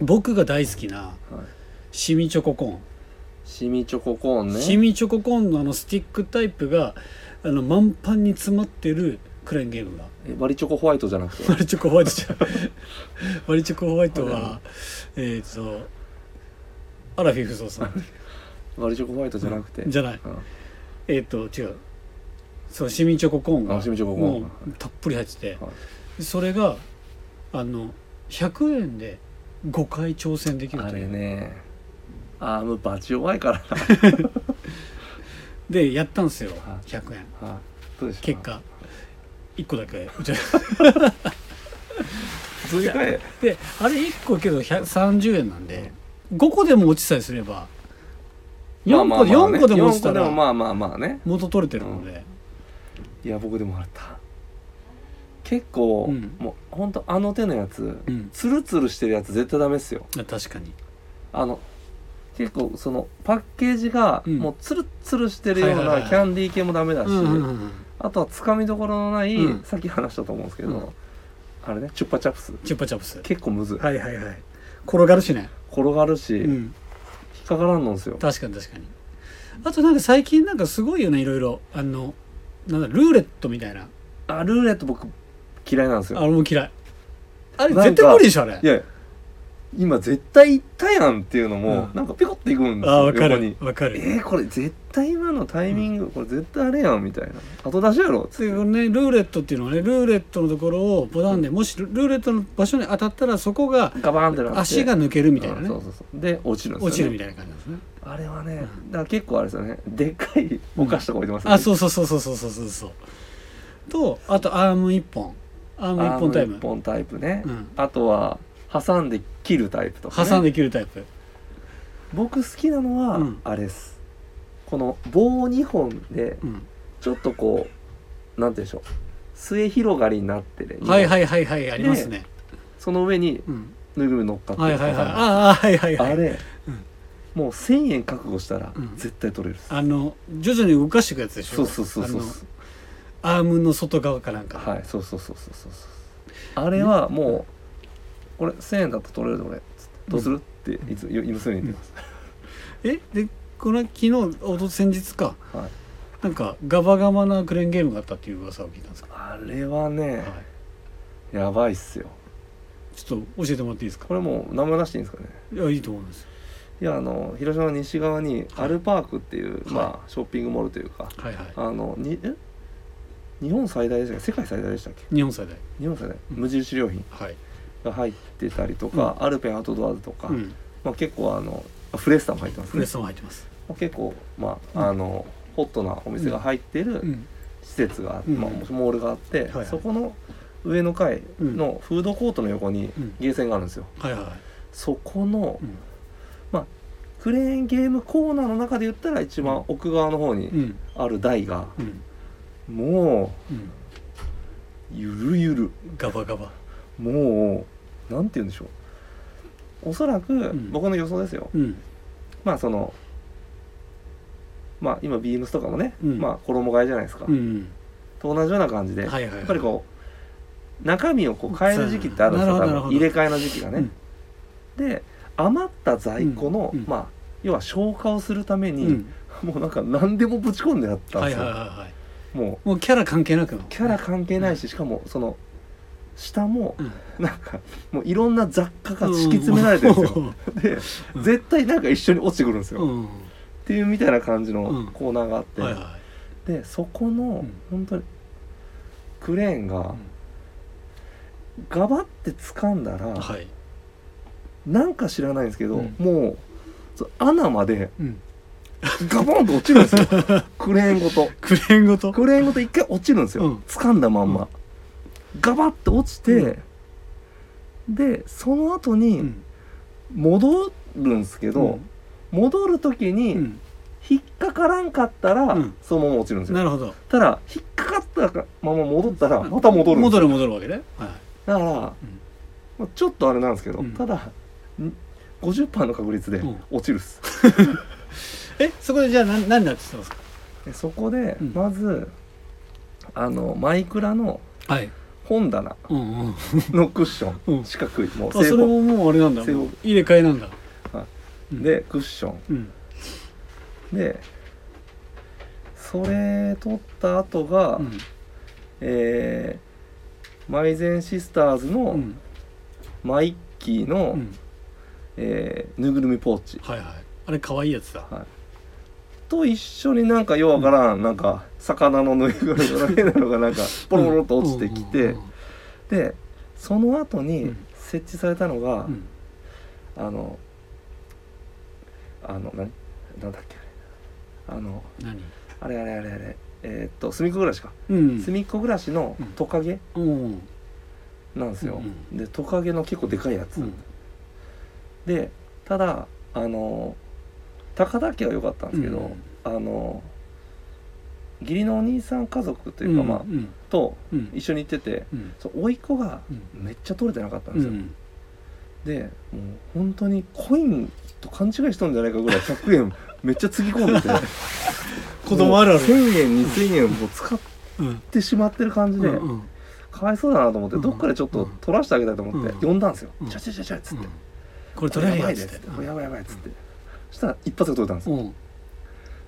Speaker 1: 僕が大好きな
Speaker 2: はい、
Speaker 1: シミチョココーン、
Speaker 2: シミチョココーンね
Speaker 1: シミチョココーンのあのスティックタイプがあの満パンに詰まってるクレーンゲームが
Speaker 2: え割りチョコホワイトじゃなくて
Speaker 1: マリチョコホワイト じゃんマリチョコホワイトはえっ、とアラフィフゾウさん
Speaker 2: 割りチョコホワイトじゃなくて、
Speaker 1: じゃないえっ、と違うそうシミチョココーン
Speaker 2: うん、あ
Speaker 1: が
Speaker 2: シミチョココーン
Speaker 1: もうたっぷり入ってて
Speaker 2: は
Speaker 1: それがあの100円で5回挑戦できる
Speaker 2: あ
Speaker 1: とい
Speaker 2: れ
Speaker 1: う、
Speaker 2: ねあーもうバチ弱 いからな
Speaker 1: でやったんですよ
Speaker 2: はい
Speaker 1: 100円
Speaker 2: はいどうでした
Speaker 1: 結果1個だけ打ち合わせ
Speaker 2: 追加へ
Speaker 1: であれ1個けど100 30円なんで5個でも落ちさえすれば4個で4個でも落ちた
Speaker 2: 4個で
Speaker 1: ら
Speaker 2: もまあまあまあね
Speaker 1: 元取れてるので、
Speaker 2: いや僕でもあった結構、
Speaker 1: うん
Speaker 2: もうほんとあの手のやつ、
Speaker 1: うん
Speaker 2: ツルツルしてるやつ絶対ダメっすよ
Speaker 1: あ確かに
Speaker 2: あの結構そのパッケージが
Speaker 1: うん
Speaker 2: もうツルッツルしてるよう
Speaker 1: はいはいはい
Speaker 2: な
Speaker 1: はい
Speaker 2: キャンディー系もダメだし、
Speaker 1: うんうんうん
Speaker 2: あとはつかみどころのない、
Speaker 1: うん
Speaker 2: さっき話したと思うんですけど、
Speaker 1: うん
Speaker 2: あれねチュッパチャプス
Speaker 1: チュッパチャプス
Speaker 2: 結構むずい
Speaker 1: はいはいはい転がるしね、
Speaker 2: 転がるし、
Speaker 1: う
Speaker 2: 引
Speaker 1: ん、
Speaker 2: っかからんのんすよ
Speaker 1: 確かに確かにあとなんか最近なんかすごいよねいろいろあのなんだルーレットみたいな
Speaker 2: あルーレット僕嫌いなんです
Speaker 1: あ
Speaker 2: よ
Speaker 1: れもう嫌いあれ
Speaker 2: なんか
Speaker 1: 絶対無理でしょあれ
Speaker 2: いや今絶対行ったやんっていうのも、
Speaker 1: うん
Speaker 2: なんかピコっていくんです
Speaker 1: あ
Speaker 2: よ
Speaker 1: 分か
Speaker 2: 横に
Speaker 1: る分かる
Speaker 2: えー、これ絶対今のタイミング、これ絶対あれやんみたいな後出しやろつ
Speaker 1: で
Speaker 2: い
Speaker 1: このね、ルーレットっていうのはねルーレットのところをボタンで、もしルーレットの場所に当たったらそこが
Speaker 2: ガバーンってなって
Speaker 1: 足が抜けるみたいな
Speaker 2: うん
Speaker 1: ね
Speaker 2: そうそうそうで落ちるんですよ、ね、
Speaker 1: 落ちるみたいな感じなんですね
Speaker 2: あれはね、
Speaker 1: う
Speaker 2: だから結構あれですよねでっかいお菓子とか置いてますね、
Speaker 1: あそうそうそうそうそうそうそうそうとあとアーム1本アーム1本タイ
Speaker 2: あの
Speaker 1: ム
Speaker 2: 一本タイプね、
Speaker 1: うん
Speaker 2: あとは挟んで切るタイプとか、ね、
Speaker 1: 挟んで切るタイプ
Speaker 2: 僕好きなのは、
Speaker 1: うん
Speaker 2: あれですこの棒2本で
Speaker 1: うん
Speaker 2: ちょっとこうなんて言うんでしょう末広がりになってて、
Speaker 1: はいはいはいはいありますね
Speaker 2: その上に
Speaker 1: うん
Speaker 2: ぬいぐるみ乗っかって
Speaker 1: はいはいはい
Speaker 2: 挟んで
Speaker 1: ああはいはいは
Speaker 2: あ
Speaker 1: い
Speaker 2: れ、
Speaker 1: うん
Speaker 2: もう1000円覚悟したら
Speaker 1: うん
Speaker 2: 絶対取れるっす、
Speaker 1: あの徐々に動かしていくやつでしょ
Speaker 2: そうそうそうそう
Speaker 1: あのアームの外側かなんか
Speaker 2: はいそうそうそうそうそうそうあれはもうこれ1000円だと取れるで俺つってどうするっていつよ娘に言ってます、
Speaker 1: えでこの昨日おと先日か
Speaker 2: はい、
Speaker 1: なんかガバガバなクレーンゲームがあったっていう噂を聞いたんですけど、
Speaker 2: あれはね
Speaker 1: はい、
Speaker 2: やばいっすよ
Speaker 1: ちょっと教えてもらっていいですか
Speaker 2: これもう名前出していいんですかね
Speaker 1: いやいいと思うんですよ
Speaker 2: いやあの広島の西側にアルパークっていう、
Speaker 1: はい
Speaker 2: まあショッピングモールというか
Speaker 1: はいは
Speaker 2: あのにえ日本最大でしたっけ世界最大でしたっけ
Speaker 1: い日本最大
Speaker 2: 日本最大
Speaker 1: うん
Speaker 2: 無印良品
Speaker 1: はい、
Speaker 2: が入ってたりとか、アルペンアウトドアーズとか、
Speaker 1: うん、
Speaker 2: まあ、結構あのフレスタも入ってます
Speaker 1: フレ
Speaker 2: ね
Speaker 1: ッサも入ってます、
Speaker 2: まあ結構ま
Speaker 1: うん
Speaker 2: ああの、ホットなお店が入ってる、
Speaker 1: うん、
Speaker 2: 施設が、
Speaker 1: うん
Speaker 2: まあ、モールがあって、
Speaker 1: はいはい
Speaker 2: そこの上の階のフードコートの横に
Speaker 1: うん
Speaker 2: ゲーセンがあるんですよ、
Speaker 1: はいはいはい、
Speaker 2: そこの
Speaker 1: うん
Speaker 2: クレーンゲームコーナーの中で言ったら一番奥側の方に
Speaker 1: うん
Speaker 2: ある台が
Speaker 1: うん
Speaker 2: も
Speaker 1: うん、
Speaker 2: うゆるゆる
Speaker 1: ガバガバ
Speaker 2: もうなんて言うんでしょうおそらく
Speaker 1: ん
Speaker 2: 僕の予想ですよ、
Speaker 1: うん
Speaker 2: まあそのまあ今ビームスとかもね、
Speaker 1: うん
Speaker 2: まあ衣替えじゃないですか、
Speaker 1: うん
Speaker 2: と同じような感じで、
Speaker 1: はいはいはい
Speaker 2: やっぱりこう中身をこう変える時期ってあるんです
Speaker 1: な
Speaker 2: よ多
Speaker 1: るほどなるほ
Speaker 2: 分
Speaker 1: ど
Speaker 2: 入れ替えの時期がね、で余った在庫の、
Speaker 1: うんうん
Speaker 2: まあ要は消化をするため
Speaker 1: う
Speaker 2: に、
Speaker 1: んうん
Speaker 2: もうなんか何でもぶち込んでやったん
Speaker 1: は
Speaker 2: で
Speaker 1: い
Speaker 2: す
Speaker 1: はい
Speaker 2: よ、
Speaker 1: はいはい
Speaker 2: も
Speaker 1: もうキャラ関係なくの
Speaker 2: うキャラ関係ないし、しかもその下も
Speaker 1: うん
Speaker 2: なんかもういろんな雑貨が敷き詰められてるんですよ、で
Speaker 1: うん
Speaker 2: 絶対なんか一緒に落ちてくるんですよ、
Speaker 1: う
Speaker 2: っ
Speaker 1: んは
Speaker 2: ていうみたいな感じ
Speaker 1: うん
Speaker 2: のコーナーがあって、
Speaker 1: いは
Speaker 2: でそこ
Speaker 1: う
Speaker 2: の
Speaker 1: ん
Speaker 2: 本当にクレーンが
Speaker 1: い
Speaker 2: ガバって掴んだら、
Speaker 1: うんはい
Speaker 2: なんか知らないんですけど、
Speaker 1: うん
Speaker 2: もうそ穴まで
Speaker 1: うん
Speaker 2: ガボンと落ちるんですよ クレーンごと
Speaker 1: クレーンごと
Speaker 2: クレーンごと一回落ちるんですよ、
Speaker 1: うん
Speaker 2: 掴んだまんま、ガバッて落ちて、でその後
Speaker 1: う
Speaker 2: に
Speaker 1: ん
Speaker 2: 戻るんですけど、戻る時
Speaker 1: う
Speaker 2: に
Speaker 1: ん
Speaker 2: 引っかからんかったら、
Speaker 1: うん
Speaker 2: そのまま落ちるんです
Speaker 1: な
Speaker 2: よ
Speaker 1: るほど
Speaker 2: ただ引っかかったまま戻ったらまた戻るんです
Speaker 1: 戻
Speaker 2: よ
Speaker 1: る戻るわけねはい
Speaker 2: だから、まあちょっとあれなんですけど、
Speaker 1: うん
Speaker 2: ただん50%の確率で
Speaker 1: うん
Speaker 2: 落ちるっす、
Speaker 1: えそこでじゃあ何何だって言ってますか
Speaker 2: でそこで
Speaker 1: うん
Speaker 2: まず、あのマイクラの
Speaker 1: はい
Speaker 2: 本棚
Speaker 1: うんうん
Speaker 2: のクッショ
Speaker 1: うん
Speaker 2: ン四角いもう
Speaker 1: あそ
Speaker 2: 正
Speaker 1: れ
Speaker 2: 方
Speaker 1: ももうあれなんだ
Speaker 2: 正方
Speaker 1: もう入れ替えなんだ
Speaker 2: は
Speaker 1: うん
Speaker 2: でクッション
Speaker 1: うん
Speaker 2: でそれ取った後が、
Speaker 1: うん
Speaker 2: えーマイゼンシスターズ
Speaker 1: う
Speaker 2: の
Speaker 1: ん
Speaker 2: マイッキーの、
Speaker 1: うん
Speaker 2: えーぬいぐるみポーチ
Speaker 1: はいはいあれ可愛いやつだ
Speaker 2: と一緒になんかようわからん、なんか魚のぬいぐるみの変なのがなんかポロポロっと落ちてきて、
Speaker 1: うんうん
Speaker 2: でその後
Speaker 1: う
Speaker 2: に
Speaker 1: ん
Speaker 2: 設置されたのが、
Speaker 1: うん
Speaker 2: あのあの何なんだっけあれあの
Speaker 1: 何
Speaker 2: あれあれあれあれえーっと隅っこ暮らしか、
Speaker 1: うん
Speaker 2: 隅っこ暮らしのトカゲ
Speaker 1: うん
Speaker 2: なんですよ
Speaker 1: うん、
Speaker 2: でトカゲの結構でかいやつ、
Speaker 1: うん
Speaker 2: でただあの高田家は良かったんですけど、
Speaker 1: うん
Speaker 2: あの義理のお兄さん家族というか、まあ
Speaker 1: うん
Speaker 2: と
Speaker 1: うん
Speaker 2: 一緒に行ってて
Speaker 1: うん
Speaker 2: そう甥っ子が
Speaker 1: うん
Speaker 2: めっちゃ取れてなかったん
Speaker 1: う
Speaker 2: ですよ、
Speaker 1: ん
Speaker 2: でもう本当にコインと勘違いしたんじゃないかぐらい100円めっちゃつぎ込んでて
Speaker 1: 子供あるある
Speaker 2: もう1000円2000円もう使っ
Speaker 1: うん
Speaker 2: てしまってる感じで、
Speaker 1: うんうん
Speaker 2: かわいそうだなと思って、
Speaker 1: うん
Speaker 2: どっかでちょっと取らせてあげたいと思って、
Speaker 1: うん
Speaker 2: 呼んだんですよ、
Speaker 1: うん
Speaker 2: ちゃちゃちゃちゃっつって、
Speaker 1: うんこれ取れへん
Speaker 2: やば
Speaker 1: や
Speaker 2: い
Speaker 1: つ
Speaker 2: でっ
Speaker 1: っ
Speaker 2: つってて、これやばいやばいっつって、そしたら一発で取れたんです
Speaker 1: う
Speaker 2: よ、
Speaker 1: ん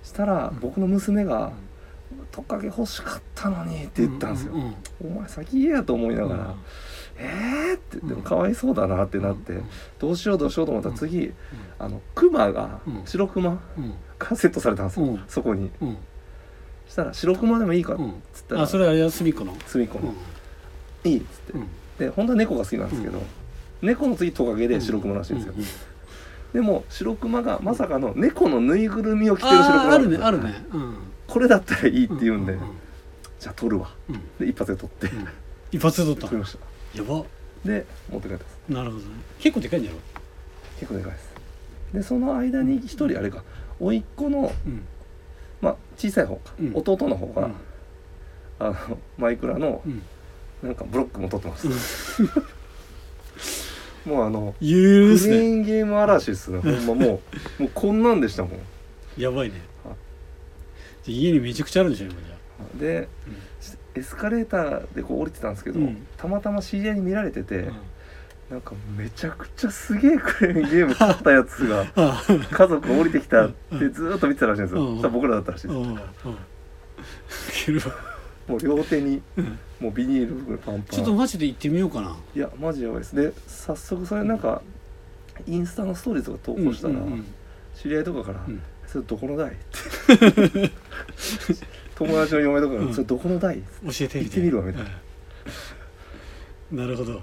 Speaker 2: そしたら僕の娘が
Speaker 1: ん
Speaker 2: 「トカゲ欲しかったのに」って言ったんですよ、
Speaker 1: ううん
Speaker 2: お前先言えやと思いながら「えー?」ってでもかわいそうだなってなって、
Speaker 1: うん
Speaker 2: どうしようどうしようと思ったら次、あのクマが
Speaker 1: うん
Speaker 2: 白クマ
Speaker 1: うん
Speaker 2: がセットされたんですよ、
Speaker 1: うん
Speaker 2: そこに
Speaker 1: うん
Speaker 2: そしたら「白クマでもいいか」っ
Speaker 1: うん
Speaker 2: つったら、
Speaker 1: あそれあれは隅っこの
Speaker 2: 隅っこ
Speaker 1: う
Speaker 2: の
Speaker 1: ん
Speaker 2: 「いい」っつって
Speaker 1: うん
Speaker 2: で本当は猫が好きなんですけど、猫の次トカゲで白クマらしいんですよ、でも白クマがまさかの猫のぬいぐるみを着てる白
Speaker 1: あ
Speaker 2: ク
Speaker 1: ー
Speaker 2: マ
Speaker 1: あ
Speaker 2: なん
Speaker 1: る
Speaker 2: で
Speaker 1: ね
Speaker 2: すよ
Speaker 1: あるねうん
Speaker 2: これだったらいいって言うんで、
Speaker 1: うん
Speaker 2: じゃあ撮るわ
Speaker 1: うん
Speaker 2: で一発で撮って、
Speaker 1: うん一発で取っ
Speaker 2: 撮
Speaker 1: た
Speaker 2: り
Speaker 1: の
Speaker 2: ました
Speaker 1: やば
Speaker 2: で持って帰ったんです
Speaker 1: なるほどね結構でかいんじゃろ
Speaker 2: 結構でかいですでその間に一人あれか甥っ子の、
Speaker 1: うん
Speaker 2: まあ、小さい方か、
Speaker 1: うん
Speaker 2: 弟の方
Speaker 1: う
Speaker 2: が、
Speaker 1: ん
Speaker 2: あのマイクラの
Speaker 1: うん
Speaker 2: なんかブロックも撮ってました、
Speaker 1: うん
Speaker 2: もうあの
Speaker 1: ゆる
Speaker 2: ク
Speaker 1: っ
Speaker 2: レ
Speaker 1: すね
Speaker 2: ーンゲーム嵐です ねほんまもうもうこんなんでしたもん
Speaker 1: やばいね
Speaker 2: は
Speaker 1: じゃあ家にめちゃくちゃあるんでしょ今じゃ
Speaker 2: でエスカレーターでこう降りてたんですけど、
Speaker 1: うん
Speaker 2: たまたま知り合いに見られてて、
Speaker 1: あ
Speaker 2: なんかめちゃくちゃすげえクレーンゲーム買ったやつが
Speaker 1: ああ
Speaker 2: 家族が降りてきたってずーっと見てたらしいんですよ、
Speaker 1: うんうん
Speaker 2: そしたら僕らだったらしいです、
Speaker 1: うん うんいけるわ
Speaker 2: もう両手に
Speaker 1: うん
Speaker 2: もうビニール袋パンパン
Speaker 1: ちょっとマジで行ってみようかない
Speaker 2: やマジでやばいですで早速それなんかインスタのストーリーズとか投稿したら、
Speaker 1: うんうん
Speaker 2: 知り合いとかから、
Speaker 1: うん
Speaker 2: それどこの代?」って 友達の嫁とかから「
Speaker 1: うん
Speaker 2: それどこの代?」
Speaker 1: うん教えてみ
Speaker 2: 行ってみるわみたいな
Speaker 1: うんなるほど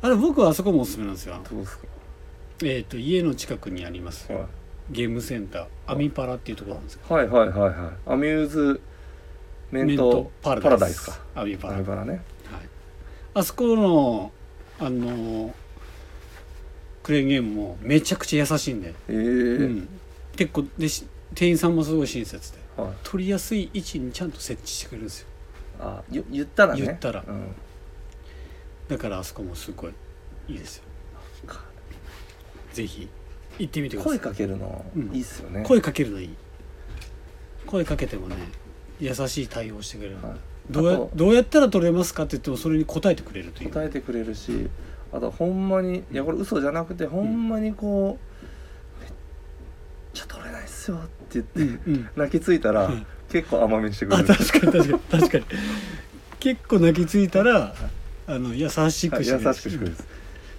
Speaker 1: あれ僕はあそこもおすすめなんですよ
Speaker 2: どうですか
Speaker 1: えっ、と家の近くにありますゲームセンターアミパラっていうところなんですけ
Speaker 2: はいはいはいはいアミューズメ
Speaker 1: ど
Speaker 2: ント
Speaker 1: パ
Speaker 2: パ
Speaker 1: ラ
Speaker 2: ラ
Speaker 1: ダ
Speaker 2: ダ
Speaker 1: イ
Speaker 2: イ
Speaker 1: ス
Speaker 2: スか
Speaker 1: アミパ
Speaker 2: バ
Speaker 1: ラ、
Speaker 2: ラ
Speaker 1: はい、
Speaker 2: バラね
Speaker 1: あそこのあのクレーンゲームもめちゃくちゃ優しいんで、
Speaker 2: ええ
Speaker 1: うん、結構でし店員さんもすごい親切で
Speaker 2: はい、
Speaker 1: 取りやすい位置にちゃんと設置してくれるんですよ
Speaker 2: あゆ言ったらね
Speaker 1: 言ったら
Speaker 2: うん、
Speaker 1: だからあそこもすごいいいですよぜひ行ってみてくださ
Speaker 2: 声
Speaker 1: い
Speaker 2: かけるの
Speaker 1: うん
Speaker 2: いいっすよね、
Speaker 1: 声かけるのいい声かけてもね優しい対応してくれる
Speaker 2: はい
Speaker 1: どうや
Speaker 2: あと
Speaker 1: どうやったら取れますかって言ってもそれに答えてくれるという
Speaker 2: 答えてくれるしあとほんまにいやこれ嘘じゃなくてほんまにこう「めっちゃ取れないっすよ」って言って、
Speaker 1: うん
Speaker 2: 泣きついたら
Speaker 1: うん
Speaker 2: 結構甘めにしてくれ
Speaker 1: あ
Speaker 2: る
Speaker 1: 確かに確かに確 かに結構泣きついたらあの優し
Speaker 2: は
Speaker 1: く
Speaker 2: い
Speaker 1: して
Speaker 2: 優
Speaker 1: くれる
Speaker 2: しくしてくれる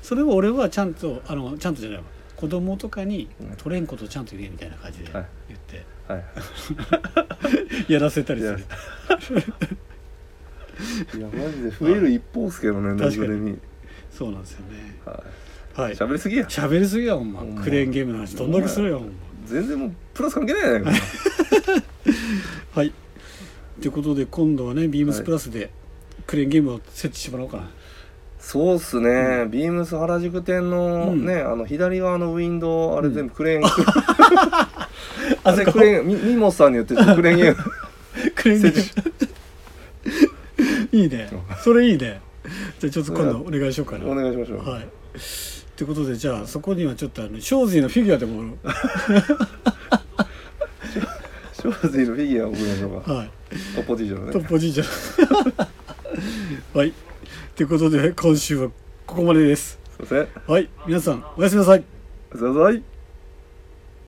Speaker 1: それを俺はちゃんとあのちゃんとじゃないわ子供とかに
Speaker 2: うん
Speaker 1: 取れんことをちゃんと言えみたいな感じで
Speaker 2: はい
Speaker 1: 言って
Speaker 2: はいは
Speaker 1: やらせた
Speaker 2: い
Speaker 1: り
Speaker 2: い
Speaker 1: す
Speaker 2: や
Speaker 1: る
Speaker 2: いやマジで増える一方っすけどねぬいぐるみ
Speaker 1: そうなんですよね
Speaker 2: は
Speaker 1: はい
Speaker 2: い喋りすぎや
Speaker 1: 喋りすぎやほんま
Speaker 2: ほんま
Speaker 1: クレーンゲームの話どんだけするやほんま
Speaker 2: 全然もうプラス関係ないやないか
Speaker 1: はいということで今度はねビームスプラスでクレーンゲームを設置してもらおう かな
Speaker 2: そうっすね、ビームス原宿店の
Speaker 1: うん
Speaker 2: ね、あの左側のウィンドウあれ全部クレー ン、あ
Speaker 1: そ
Speaker 2: れ
Speaker 1: こ
Speaker 2: クレーンみミモさんによってちょっとクレーンゲーム
Speaker 1: クレーンゲ
Speaker 2: 設置
Speaker 1: ーム いいねそれいいねじゃあちょっと今度お願いしようかな
Speaker 2: お願いしましょう、
Speaker 1: はい。ということでじゃあそこにはちょっとあのショーズィのフィギュアでも
Speaker 2: ショーズィのフィギュアを送りましょうか
Speaker 1: はい
Speaker 2: トップティーシャの
Speaker 1: ト
Speaker 2: ね
Speaker 1: ップおじいちゃん はいということで今週はここまでです
Speaker 2: すいません
Speaker 1: はい皆さんおやすみなさい
Speaker 2: ください